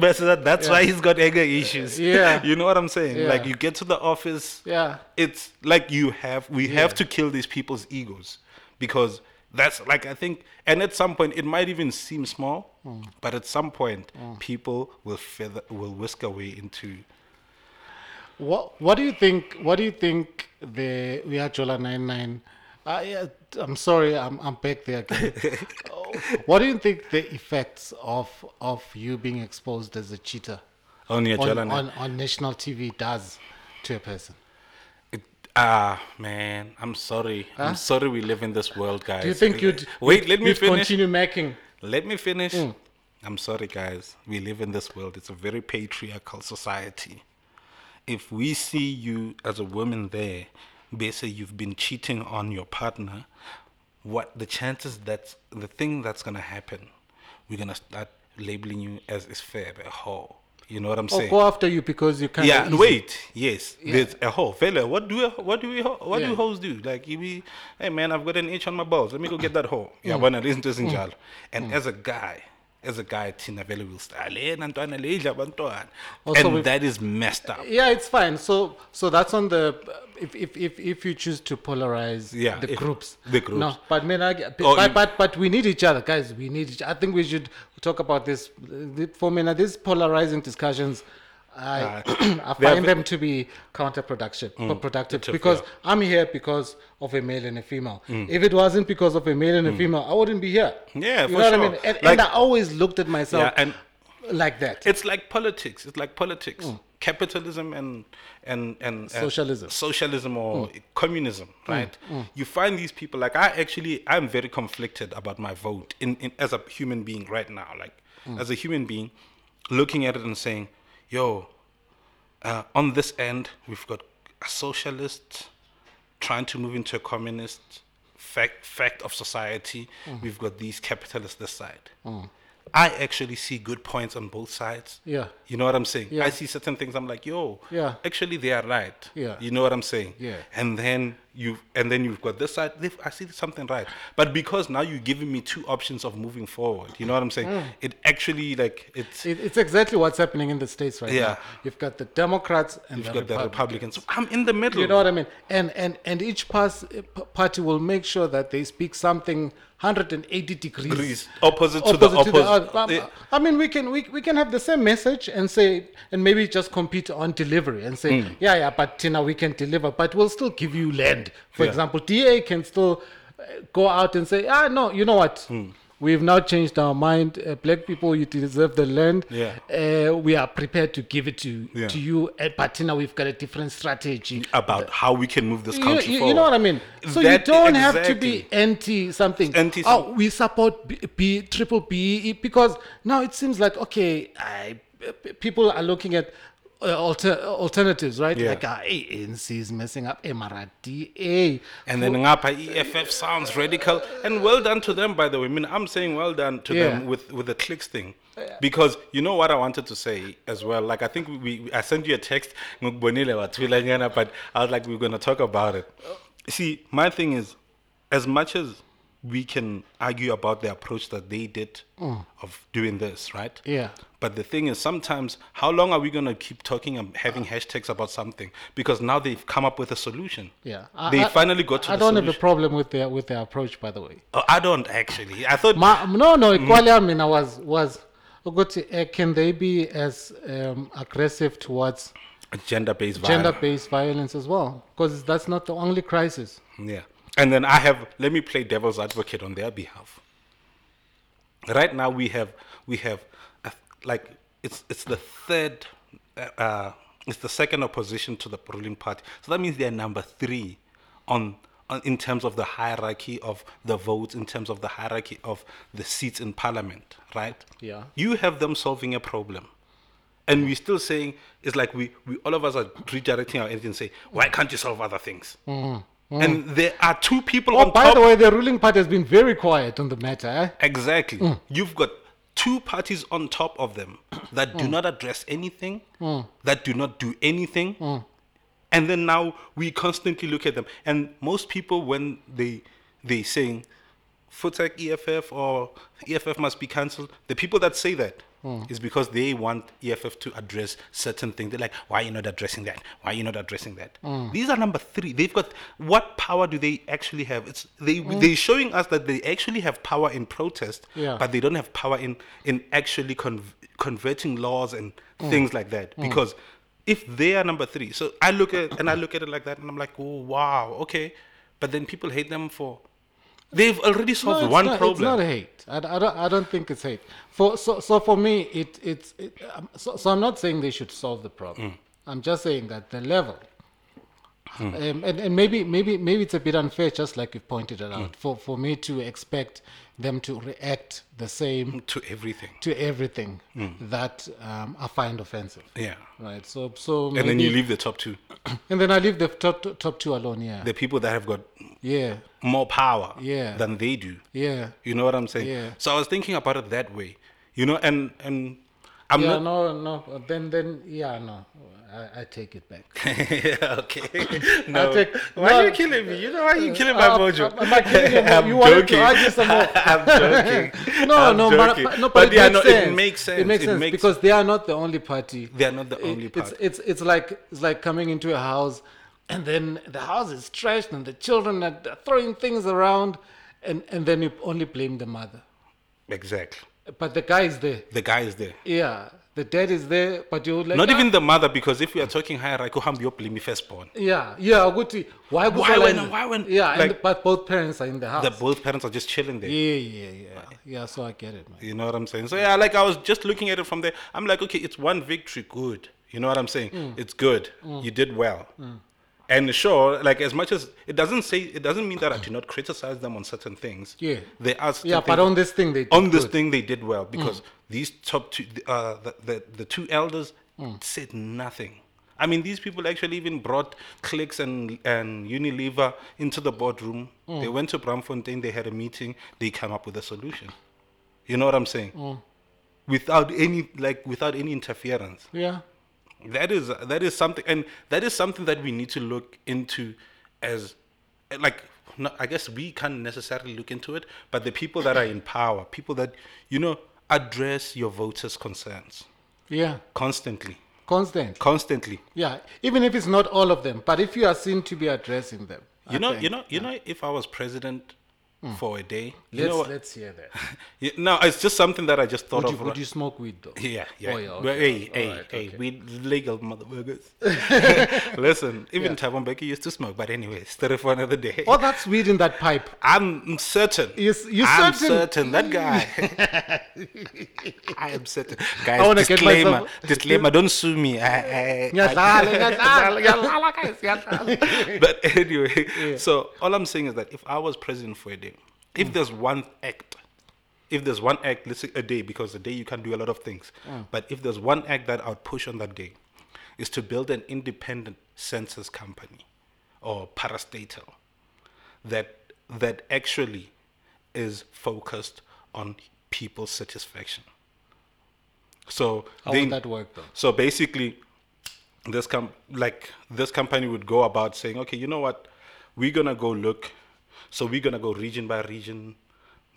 Speaker 2: But so that- That's why he's got anger issues.
Speaker 1: Yeah.
Speaker 2: You know what I'm saying?
Speaker 1: Yeah.
Speaker 2: Like you get to the office,
Speaker 1: Yeah.
Speaker 2: it's like you have, we have to kill these people's egos because that's like, I think, and at some point, it might even seem small,
Speaker 1: Hmm.
Speaker 2: but at some point, people will feather, will whisk away into.
Speaker 1: What What do you think? What do you think? The we are Chola nine nine. I, uh, I'm sorry, I'm I'm back there again. Oh, what do you think the effects of of you being exposed as a cheater
Speaker 2: On your
Speaker 1: on,
Speaker 2: jalan.
Speaker 1: on, on national TV does to a person?
Speaker 2: It- Ah man, I'm sorry. I'm sorry we live in this world, guys.
Speaker 1: Do you think you'd
Speaker 2: wait? Let me
Speaker 1: you'd
Speaker 2: finish.
Speaker 1: continue making?
Speaker 2: Let me finish. I'm sorry, guys. We live in this world. It's a very patriarchal society. If we see you as a woman there, basically you've been cheating on your partner. What the chances that the thing that's gonna happen? We're gonna start labeling you as is fair, a whore. You know what I'm
Speaker 1: Or
Speaker 2: saying?
Speaker 1: go after you because you can't.
Speaker 2: yeah, wait, yes, there's a hole. Fella, what do what do we ho- what do
Speaker 1: Yeah.
Speaker 2: hoes do? Like you be, hey man, I've got an itch on my balls. Let me go get that
Speaker 1: Mm.
Speaker 2: hole. Yeah, but listen to Sinjalo. And as a guy, as a guy, Tina Vele will style and Antoine
Speaker 1: Also
Speaker 2: and
Speaker 1: we've-
Speaker 2: that is messed up.
Speaker 1: Yeah, it's fine. So so that's on the if if if, if you choose to polarize
Speaker 2: Yeah,
Speaker 1: the
Speaker 2: if-
Speaker 1: groups.
Speaker 2: the groups.
Speaker 1: No, but man, I, but,
Speaker 2: Or
Speaker 1: but,
Speaker 2: you-
Speaker 1: but but we need each other, guys. We need each. I think we should talk about this uh, for me. Now, these polarizing discussions.
Speaker 2: Uh,
Speaker 1: I, I find them to be counterproductive productive
Speaker 2: Mm, productive,
Speaker 1: because
Speaker 2: yeah.
Speaker 1: I'm here because of a male and a female. If it wasn't because of a male and a female, I wouldn't be here.
Speaker 2: Mm. Yeah,
Speaker 1: you
Speaker 2: for
Speaker 1: know what I
Speaker 2: sure.
Speaker 1: mean. And,
Speaker 2: Like-
Speaker 1: and I always looked at myself
Speaker 2: Yeah, and-
Speaker 1: like that.
Speaker 2: It's like politics. It's like politics. Capitalism and, and and and
Speaker 1: Socialism.
Speaker 2: socialism or communism, right? You find these people like I actually I'm very conflicted about my vote in, in as a human being right now. Like as a human being, looking at it and saying, "Yo, uh, on this end we've got a socialist trying to move into a communist fact fact of society.
Speaker 1: Mm.
Speaker 2: We've got these capitalists this side." I actually see good points on both sides.
Speaker 1: Yeah.
Speaker 2: You know what I'm saying?
Speaker 1: Yeah.
Speaker 2: I see certain things I'm like, yo,
Speaker 1: Yeah.
Speaker 2: actually they are right.
Speaker 1: Yeah.
Speaker 2: You know what I'm saying?
Speaker 1: Yeah.
Speaker 2: And then you and then you've got this side. they've- I see something right, but because now you're giving me two options of moving forward. You know what I'm saying?
Speaker 1: Mm.
Speaker 2: It actually like it's
Speaker 1: It, it's exactly what's happening in the states right
Speaker 2: Yeah.
Speaker 1: now. You've got the Democrats and
Speaker 2: you've
Speaker 1: the,
Speaker 2: got the
Speaker 1: Republicans.
Speaker 2: Republicans. I'm in the middle.
Speaker 1: You know what I mean? And and and each pass, p- party will make sure that they speak something 180 degrees,
Speaker 2: Degrees, opposite to the opposite.
Speaker 1: other. Um, I mean, we can we, we can have the same message and say and maybe just compete on delivery and say
Speaker 2: Mm.
Speaker 1: yeah yeah, but Tina we can deliver, but we'll still give you land. For
Speaker 2: Yeah.
Speaker 1: example, DA can still uh, go out and say ah no, you know what?
Speaker 2: Mm.
Speaker 1: We've now changed our mind. Uh, black people, you deserve the land.
Speaker 2: Yeah.
Speaker 1: Uh, we are prepared to give it to,
Speaker 2: Yeah.
Speaker 1: to you. Uh, But now we've got a different strategy
Speaker 2: about how we can move this
Speaker 1: you,
Speaker 2: country
Speaker 1: you-
Speaker 2: forward.
Speaker 1: you know what I mean? So you
Speaker 2: That-
Speaker 1: don't have to be
Speaker 2: exactly.
Speaker 1: anti something.
Speaker 2: Anti
Speaker 1: oh, we support B, B triple B e, because now it seems like okay, I, p- people are looking at uh, alter, alternatives, right?
Speaker 2: Yeah.
Speaker 1: Like uh, ANC is messing up MRDA.
Speaker 2: And then Ngapa EFF sounds radical. And well done to them, by the way. I mean, I'm saying well done to them
Speaker 1: Yeah.
Speaker 2: with, with the clicks thing. Because you know what I wanted to say as well. Like I think we, we I sent you a text, ngikubonile wathulanyana, but I was like, we're gonna talk about it. See, my thing is, as much as we can argue about the approach that they did of doing this, right?
Speaker 1: Mm. Yeah.
Speaker 2: But the thing is, sometimes, how long are we going to keep talking and having hashtags about something? Because now they've come up with a solution.
Speaker 1: Yeah.
Speaker 2: They finally got to
Speaker 1: I
Speaker 2: the
Speaker 1: don't have a
Speaker 2: solution.
Speaker 1: problem with their with their approach, by the way.
Speaker 2: Oh, I don't actually. I thought.
Speaker 1: Ma, no, no,
Speaker 2: Mm.
Speaker 1: equally, I mean, I was, was ukuthi, uh, can they be as um, aggressive towards
Speaker 2: gender-based violence.
Speaker 1: gender-based violence as well? Because that's not the only crisis.
Speaker 2: Yeah. And then I have let me play devil's advocate on their behalf. Right now we have we have uh, like it's it's the third uh, uh, it's the second opposition to the ruling party. So that means they're number 3 on, on in terms of the hierarchy of the votes in terms of the hierarchy of the seats in parliament, right?
Speaker 1: Yeah.
Speaker 2: You have them solving a problem. And we're still saying it's like we, we all of us are redirecting our energy and say, why can't you solve other things? And there are two people
Speaker 1: Mm-hmm. Oh,
Speaker 2: on
Speaker 1: by
Speaker 2: top.
Speaker 1: the way, the ruling party has been very quiet on the matter. Eh?
Speaker 2: Exactly. You've got two parties on top of them that
Speaker 1: Mm.
Speaker 2: do not address anything, that do not do anything.
Speaker 1: Mm.
Speaker 2: And then now we constantly look at them. And most people, when they they saying Futec EFF E or EFF must be cancelled, the people that say that is because they want EFF to address certain things. They're like, why are you not addressing that? Why are you not addressing that? These are number three. They've got what power do they actually have? It's they they're showing us that they actually have power in protest,
Speaker 1: Yeah.
Speaker 2: but they don't have power in in actually conv- converting laws and things like that because if they are number three so i look at and i look at it like that and i'm like oh wow okay but then people hate them for they've already
Speaker 1: No,
Speaker 2: solved
Speaker 1: it's
Speaker 2: one
Speaker 1: not,
Speaker 2: problem
Speaker 1: It's not hate. I, I don't. I don't think it's hate. For so, so for me, it it's. It, um, so, so I'm not saying they should solve the problem.
Speaker 2: Mm.
Speaker 1: I'm just saying that the level. Um, and, and maybe maybe maybe it's a bit unfair, just like you pointed it
Speaker 2: Mm.
Speaker 1: out, for, for me to expect them to react the same
Speaker 2: to everything
Speaker 1: to everything
Speaker 2: Mm.
Speaker 1: that um, I find offensive,
Speaker 2: yeah
Speaker 1: right? So so
Speaker 2: and then you
Speaker 1: maybe-
Speaker 2: leave the top two
Speaker 1: and then I leave the top top two alone. Yeah,
Speaker 2: the people that have got
Speaker 1: yeah,
Speaker 2: more power
Speaker 1: Yeah.
Speaker 2: than they do
Speaker 1: yeah.
Speaker 2: you know what i'm saying
Speaker 1: Yeah.
Speaker 2: so i was thinking about it that way you know and and i'm
Speaker 1: yeah,
Speaker 2: not
Speaker 1: no, no. Then, then, yeah, no. I, I take it back.
Speaker 2: okay. No.
Speaker 1: take-
Speaker 2: why
Speaker 1: no.
Speaker 2: are you killing me? You know why are you killing my
Speaker 1: Uh,
Speaker 2: mojo?
Speaker 1: am I killing your mojo?
Speaker 2: I'm
Speaker 1: You wanted to
Speaker 2: joking.
Speaker 1: argue some more.
Speaker 2: I'm joking.
Speaker 1: No,
Speaker 2: I'm
Speaker 1: no, but,
Speaker 2: joking.
Speaker 1: but, no, but, it,
Speaker 2: yeah,
Speaker 1: makes
Speaker 2: no,
Speaker 1: sense.
Speaker 2: it makes sense.
Speaker 1: It makes sense because they are not the only party.
Speaker 2: they are not the
Speaker 1: It-
Speaker 2: only
Speaker 1: it's,
Speaker 2: part.
Speaker 1: it's it's like it's like coming into a house, and then the house is trashed, and the children are throwing things around, and and then you only blame the mother,
Speaker 2: Exactly.
Speaker 1: but the guy is there.
Speaker 2: The guy is there.
Speaker 1: Yeah, the dad is there, but you like
Speaker 2: Not
Speaker 1: "Ah,
Speaker 2: even the mother, because if we are talking hierarchy, I'm your blame firstborn.
Speaker 1: Yeah, yeah. Ukuthi, why
Speaker 2: Why
Speaker 1: kuphela
Speaker 2: when-
Speaker 1: nje?
Speaker 2: why when-
Speaker 1: Yeah, and,
Speaker 2: like-
Speaker 1: but both parents are in the house.
Speaker 2: The both parents are just chilling there.
Speaker 1: Yeah, yeah, yeah. Yeah, so I get it, man.
Speaker 2: You know what I'm saying? So yeah, like I was just looking at it from there. I'm like, okay, it's one victory, good. You know what I'm saying?
Speaker 1: Mm.
Speaker 2: It's good. You did well. And sure, like as much as it doesn't say, it doesn't mean that I do not criticize them on certain things.
Speaker 1: Yeah.
Speaker 2: they are. certain
Speaker 1: Yeah, but
Speaker 2: things-
Speaker 1: on this thing they did
Speaker 2: on this
Speaker 1: good. Mm.
Speaker 2: thing they did well because these top two, uh, the, the the two elders
Speaker 1: Mm.
Speaker 2: said nothing. I mean, these people actually even brought Clicks and and Unilever into the boardroom.
Speaker 1: Mm.
Speaker 2: They went to Bramfontein. They had a meeting. They came up with a solution. You know what I'm saying?
Speaker 1: Mm.
Speaker 2: Without any like without any interference.
Speaker 1: Yeah.
Speaker 2: That is that is something, and that is something that we need to look into, as like no, I guess we can't necessarily look into it, but the people that are in power, people that you know, address your voters' concerns
Speaker 1: Yeah.
Speaker 2: constantly,
Speaker 1: Constant.
Speaker 2: constantly.
Speaker 1: Yeah. Even if it's not all of them, but if you are seen to be addressing them.
Speaker 2: You
Speaker 1: I
Speaker 2: know,
Speaker 1: think- Hmm.
Speaker 2: you know, you know. If I was president for a day, you
Speaker 1: Let's
Speaker 2: know what?
Speaker 1: let's hear that.
Speaker 2: Yeah, no, it's just something that I just thought
Speaker 1: Would
Speaker 2: of.
Speaker 1: you, would you smoke weed though?
Speaker 2: Yeah, yeah.
Speaker 1: Oh, yeah.
Speaker 2: But
Speaker 1: okay.
Speaker 2: hey, hey,
Speaker 1: Alright,
Speaker 2: hey,
Speaker 1: okay.
Speaker 2: we legal motherfuckers. Listen, even Thabo Mbeki used to smoke, but anyway, story for another day.
Speaker 1: Oh, that's weed in that pipe.
Speaker 2: I'm certain.
Speaker 1: Yes, you're
Speaker 2: I'm
Speaker 1: certain.
Speaker 2: certain. That guy. I am certain. Guys,
Speaker 1: wanna get
Speaker 2: disclaimer.
Speaker 1: myself-
Speaker 2: disclaimer. Don't sue me. I, I,
Speaker 1: Ngiyadlala,
Speaker 2: I-
Speaker 1: ngiyadlala, ngiyadlala,
Speaker 2: but anyway, so all I'm saying is that if I was president for a day,
Speaker 1: Mm.
Speaker 2: if there's one act, if there's one act, let's say a day, because a day you can do a lot of things, but if there's one act that I would push on that day, is to build an independent census company or parastatal that that actually is focused on people's satisfaction. So
Speaker 1: How
Speaker 2: they-
Speaker 1: would that work though?
Speaker 2: so basically, this com- like this company would go about saying, okay, you know what, we're gonna go look So we're gonna go region by region,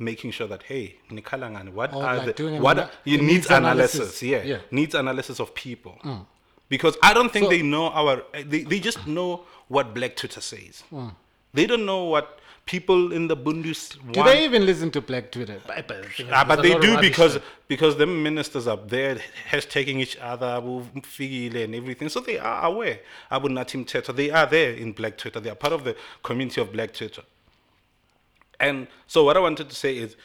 Speaker 2: making sure that hey, Nikalangani, what
Speaker 1: Or
Speaker 2: are
Speaker 1: Oh, like
Speaker 2: the
Speaker 1: doing
Speaker 2: what
Speaker 1: ana-
Speaker 2: are, you
Speaker 1: it
Speaker 2: needs,
Speaker 1: needs
Speaker 2: analysis,
Speaker 1: analysis.
Speaker 2: yeah.
Speaker 1: Yeah. Mm.
Speaker 2: needs analysis of people. Because I don't think
Speaker 1: So-
Speaker 2: they know our eh, they, they just know what Black Twitter says. They don't know what people in the Bundus want.
Speaker 1: Mm. Do they even listen to Black Twitter?
Speaker 2: Ah, but they do because
Speaker 1: There
Speaker 2: because the ministers up there hashtagging each other, Figile and everything. So they are aware. Abu Natim Twitter, they are there in Black Twitter. They are part of the community of Black Twitter. And so what I wanted to say is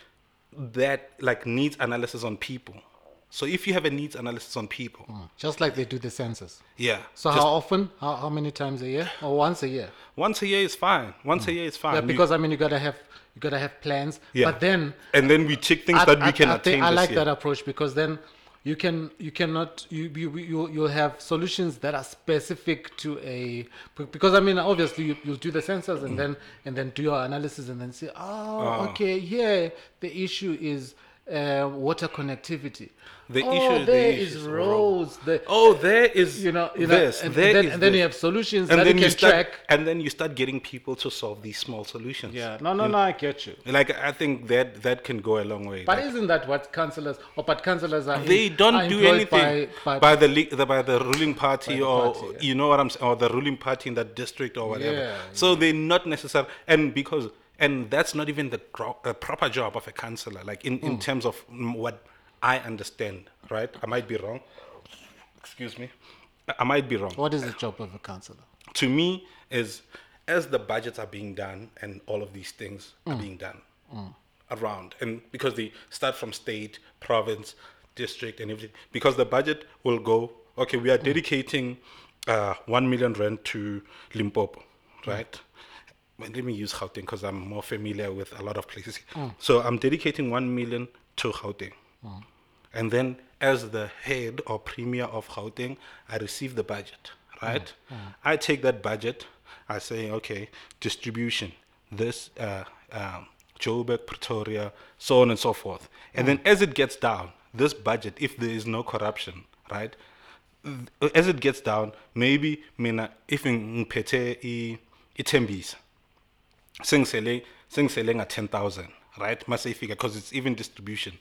Speaker 2: that like needs analysis on people. So if you have a needs analysis on people,
Speaker 1: Mm, just like they do the census.
Speaker 2: yeah.
Speaker 1: Hmm. So
Speaker 2: just
Speaker 1: how often? How, how many times a year? Or once a year?
Speaker 2: once a year is fine. Once a year is fine.
Speaker 1: Hmm. Yeah,
Speaker 2: We-
Speaker 1: because I mean you gotta have you gotta have plans.
Speaker 2: Ah, Yeah.
Speaker 1: But then
Speaker 2: and then we check things
Speaker 1: I-
Speaker 2: that we
Speaker 1: I-
Speaker 2: can
Speaker 1: I,
Speaker 2: attain.
Speaker 1: think I
Speaker 2: this
Speaker 1: like
Speaker 2: year.
Speaker 1: that uh, approach because then you can you cannot you you you you'll have solutions that are specific to a because I mean obviously you, you'll do the sensors and then and then do your analysis and then say
Speaker 2: Ah.
Speaker 1: oh, okay yeah the issue is. Uh, water connectivity.
Speaker 2: The
Speaker 1: oh,
Speaker 2: issue- the
Speaker 1: there
Speaker 2: issue
Speaker 1: is
Speaker 2: is
Speaker 1: roads. The,
Speaker 2: Oh, there is
Speaker 1: you know, you know,
Speaker 2: this.
Speaker 1: and,
Speaker 2: there
Speaker 1: then,
Speaker 2: is
Speaker 1: and then you
Speaker 2: this.
Speaker 1: have solutions
Speaker 2: and
Speaker 1: that
Speaker 2: then
Speaker 1: you
Speaker 2: you
Speaker 1: can
Speaker 2: start,
Speaker 1: track.
Speaker 2: and then you start getting people to solve these small solutions.
Speaker 1: Yeah, no, no, no, I get you.
Speaker 2: Like I think that that can go a long way.
Speaker 1: But
Speaker 2: Like,
Speaker 1: isn't that what councillors or but councillors are?
Speaker 2: they
Speaker 1: in-
Speaker 2: don't
Speaker 1: are
Speaker 2: do
Speaker 1: employed
Speaker 2: anything
Speaker 1: by,
Speaker 2: by,
Speaker 1: by
Speaker 2: the, le- the by the ruling party
Speaker 1: the
Speaker 2: or
Speaker 1: party, yeah.
Speaker 2: you know what I'm saying or the ruling party in that district or whatever.
Speaker 1: Yeah,
Speaker 2: so they're not necessary and because and that's not even the gro- uh, proper job of a councillor like in,
Speaker 1: Hmm.
Speaker 2: in terms of mm, what I understand, right? I might be wrong. Excuse me. I- I might be wrong.
Speaker 1: what is the job of a councillor?
Speaker 2: to me is as the budgets are being done and all of these things are being done around and because they start from state province district and everything because the budget will go okay we are dedicating uh, 1 million rand to limpopo right Well, let me use Gauteng because I'm more familiar with a lot of places. So I'm dedicating 1 million to Gauteng. And then, as the head or premier of Gauteng, I receive the budget, right? I take that budget, I say, okay, distribution, this, uh, um, Joburg, Pretoria, so on and so forth. And then, as it gets down, this budget, if there is no corruption, right? th- As it gets down, maybe mina if ngiphethe i ithembisa sengisele sengisele nga 10000 right must ifika because it's even distribution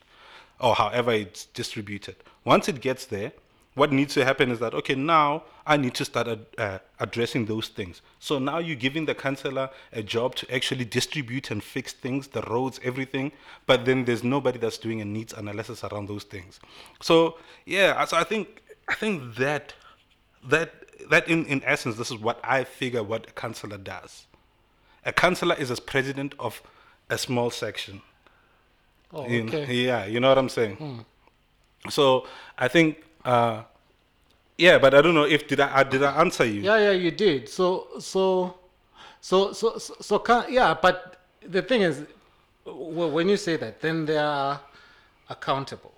Speaker 2: or however it's distributed once it gets there what needs to happen is that okay now i need to start ad- uh, addressing those things so now you're giving the councillor a job to actually distribute and fix things the roads everything but then there's nobody that's doing a needs analysis around those things so yeah so i think i think that that that in, in essence this is what i figure what a councillor does a councillor is as president of a small section.
Speaker 1: Oh,
Speaker 2: You-
Speaker 1: okay. Hmm.
Speaker 2: yeah, you know what I'm saying. So I think, uh, yeah, but I don't know if did I uh, did I answer you?
Speaker 1: Yeah, yeah, you did. So, so, so, so, so, so can, yeah. But the thing is, w- when you say that, then they are accountable.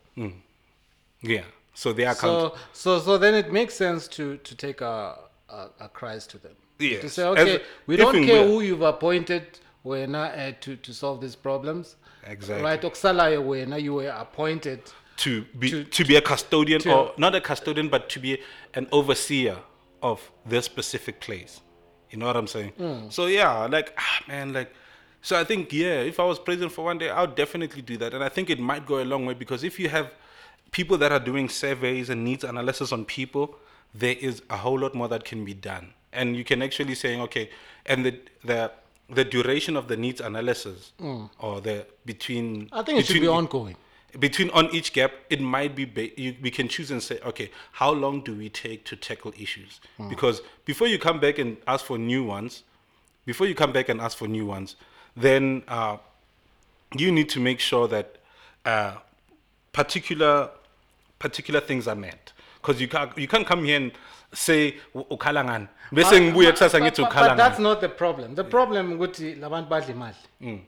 Speaker 2: Yeah. So they are count-
Speaker 1: So, so, so then it makes sense to to take a a, a cries to them. To
Speaker 2: Yes.
Speaker 1: say,
Speaker 2: As
Speaker 1: okay,
Speaker 2: a-
Speaker 1: we
Speaker 2: if
Speaker 1: don't
Speaker 2: in
Speaker 1: care
Speaker 2: we-
Speaker 1: who you've appointed. We're not uh, to to solve these problems.
Speaker 2: Exactly.
Speaker 1: Right, Oksala, we're not. You were appointed.
Speaker 2: to be to,
Speaker 1: to-
Speaker 2: be a custodian
Speaker 1: to-
Speaker 2: or not a custodian, but to be an overseer of this specific place. You know what I'm saying?
Speaker 1: Hmm.
Speaker 2: So yeah, like ah, man, like so I think yeah, if I was president for one day, I would definitely do that, and I think it might go a long way because if you have people that are doing surveys and needs analysis on people, there is a whole lot more that can be done, and you can actually saying okay, and the the the duration of the needs analysis or the between
Speaker 1: Hmm. I think it should be
Speaker 2: between-
Speaker 1: ongoing.
Speaker 2: between on each gap it might be ba- you, we can choose and say okay how long do we take to tackle issues
Speaker 1: Hmm.
Speaker 2: because before you come back and ask for new ones before you come back and ask for new ones then uh, you need to make sure that uh, particular particular things are met because you can't you can't come here and say ukalangan bese ngibuye kusasa
Speaker 1: Ah, But-
Speaker 2: ngithi
Speaker 1: but- but that's
Speaker 2: ukalangan
Speaker 1: not the problem the problem ukuthi labantu badla imali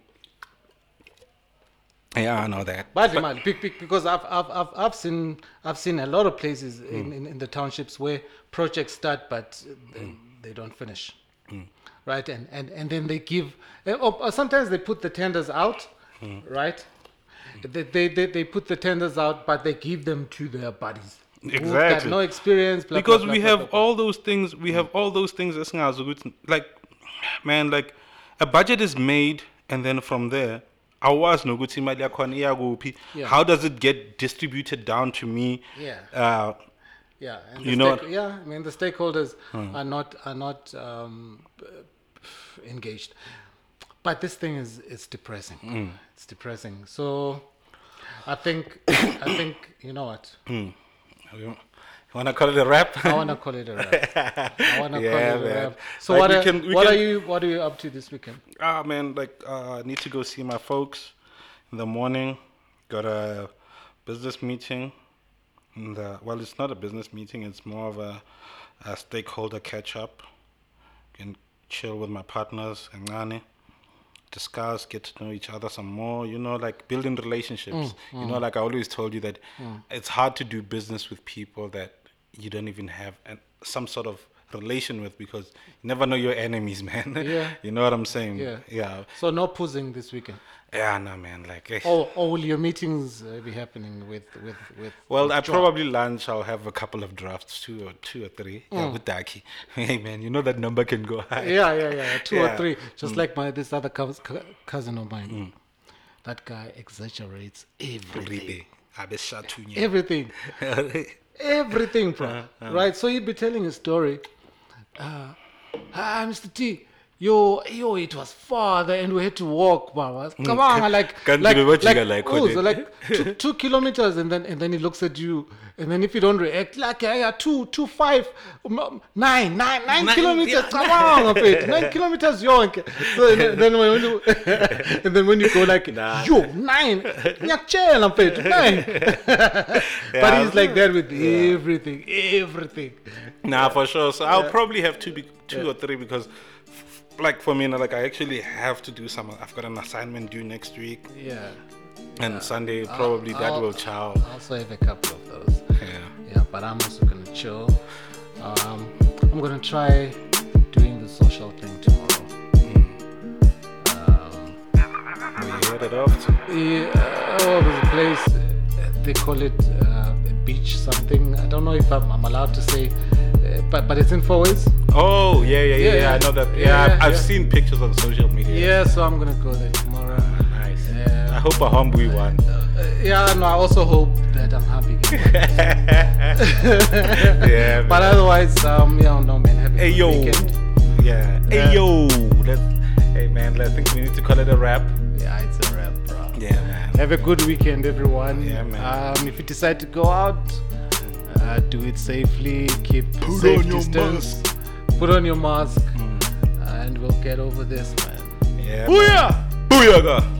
Speaker 2: yeah i know that
Speaker 1: badla imali Be- be- because I've, I've, I've, I've seen I've seen a lot of places
Speaker 2: Hmm.
Speaker 1: in, in, in the townships where projects start but they, they don't finish
Speaker 2: Hmm.
Speaker 1: right and, and and then they give eh, or, or sometimes they put the tenders out
Speaker 2: Hmm.
Speaker 1: right they, they, they, they put the tenders out but they give them to their buddies who've got
Speaker 2: Exactly.
Speaker 1: no experience blah, blah,
Speaker 2: because
Speaker 1: blah,
Speaker 2: we
Speaker 1: blah, Mm.
Speaker 2: have
Speaker 1: blah, blah.
Speaker 2: all those things we have all those things esingazi ukuthi like man like a budget is made and then from there awazi nokuthi imali yakhona iya kuphi
Speaker 1: Yeah.
Speaker 2: how does it get distributed down to me
Speaker 1: Yeah.
Speaker 2: uh,
Speaker 1: Yeah, and
Speaker 2: You
Speaker 1: the
Speaker 2: know
Speaker 1: stake- yeah. I mean, the stakeholders are not are not um, b- b- engaged, but this thing is it's depressing.
Speaker 2: Mm.
Speaker 1: It's depressing. So, I think I think you know what
Speaker 2: you want to call it a wrap
Speaker 1: I want to call it a wrap. I want to
Speaker 2: Yeah,
Speaker 1: call it
Speaker 2: man.
Speaker 1: a wrap. So
Speaker 2: Like,
Speaker 1: what
Speaker 2: we
Speaker 1: are,
Speaker 2: can- we
Speaker 1: what
Speaker 2: can-
Speaker 1: are you what are you up to this weekend?
Speaker 2: ah man like uh, I need to go see my folks in the morning got a business meeting and uh, well it's not a business meeting it's more of a, a stakeholder catch up can chill with my partners and Nani discuss get to know each other some more you know like building relationships
Speaker 1: Mm,
Speaker 2: you know like I always told you that it's hard to do business with people that you don't even have an, some sort of relation with because you never know your enemies man
Speaker 1: Yeah.
Speaker 2: you know what I'm saying
Speaker 1: Yeah.
Speaker 2: yeah
Speaker 1: So no posing this weekend.
Speaker 2: yeah no man like eh.
Speaker 1: Or or will your meetings uh, be happening with with with?
Speaker 2: Well,
Speaker 1: with
Speaker 2: I
Speaker 1: Joe?
Speaker 2: probably lunch. I'll have a couple of drafts, two or two or three. Yeah, with Daki. Hey man, you know that number can go high.
Speaker 1: Yeah, yeah, yeah. Two
Speaker 2: Yeah.
Speaker 1: or three, just like my this other cous- cou- cousin of mine. That guy exaggerates
Speaker 2: Every
Speaker 1: everything.
Speaker 2: day. I be shot to you.
Speaker 1: Everything. everything, bro.
Speaker 2: Uh,
Speaker 1: Right? So you'd be telling a story. Uh, ah, Mr. T, yo, yo, it was farther and we had to walk, bro. Come on, I like,
Speaker 2: Mm. Can't
Speaker 1: like,
Speaker 2: believe what you
Speaker 1: like,
Speaker 2: got, like,
Speaker 1: ooh,
Speaker 2: what
Speaker 1: so
Speaker 2: it-
Speaker 1: like two, two kilometers, and then and then he looks at you, and then if you don't react, like yeah, yeah, two, two, five, um, um, nine, nine, nine
Speaker 2: Nine,
Speaker 1: kilometers.
Speaker 2: yeah,
Speaker 1: Come on, mate, nine kilometers, yonke. So and then- then when you, and then when you go like, yo, nine, ngiyakutshela, mfethu, nine. but he's like that with everything, everything.
Speaker 2: Nah, for sure. So I'll probably have two, be- two or three because, f- like for me, now, like I actually have to do some. I've got an assignment due next week,
Speaker 1: Yeah. Uh,
Speaker 2: and Sunday probably that
Speaker 1: I'll-
Speaker 2: will chow.
Speaker 1: I also have a couple of those.
Speaker 2: Yeah.
Speaker 1: Yeah, but I'm also gonna chill. Um, I'm gonna try doing the social thing tomorrow.
Speaker 2: We headed off. To-
Speaker 1: Yeah, oh, there's a place uh, they call it uh, a beach something. I don't know if I'm, I'm allowed to say, uh, but but it's in four ways.
Speaker 2: oh yeah, yeah, yeah,
Speaker 1: Yeah,
Speaker 2: yeah. I know that. Yeah,
Speaker 1: yeah,
Speaker 2: I've, I've
Speaker 1: yeah.
Speaker 2: seen pictures on social media.
Speaker 1: Yeah, so I'm gonna go there tomorrow.
Speaker 2: Nice.
Speaker 1: Yeah.
Speaker 2: I hope a homeboy won.
Speaker 1: Uh, yeah, no, I also hope that I'm happy.
Speaker 2: yeah.
Speaker 1: but otherwise, um, yeah, no man, happy
Speaker 2: Hey
Speaker 1: good
Speaker 2: yo.
Speaker 1: weekend.
Speaker 2: Yeah.
Speaker 1: Yeah.
Speaker 2: Hey yo. Let's, hey man, I think we need to call it a wrap.
Speaker 1: Yeah, it's a wrap, bro.
Speaker 2: Yeah man.
Speaker 1: Have a good weekend, everyone.
Speaker 2: Yeah, man.
Speaker 1: Um, if you decide to go out, uh, do it safely. Keep
Speaker 2: Put
Speaker 1: safe
Speaker 2: on your Mm.
Speaker 1: distance. Put on your mask, and we'll get over this, man.
Speaker 2: Yeah.
Speaker 1: Booyah!
Speaker 2: Booyah!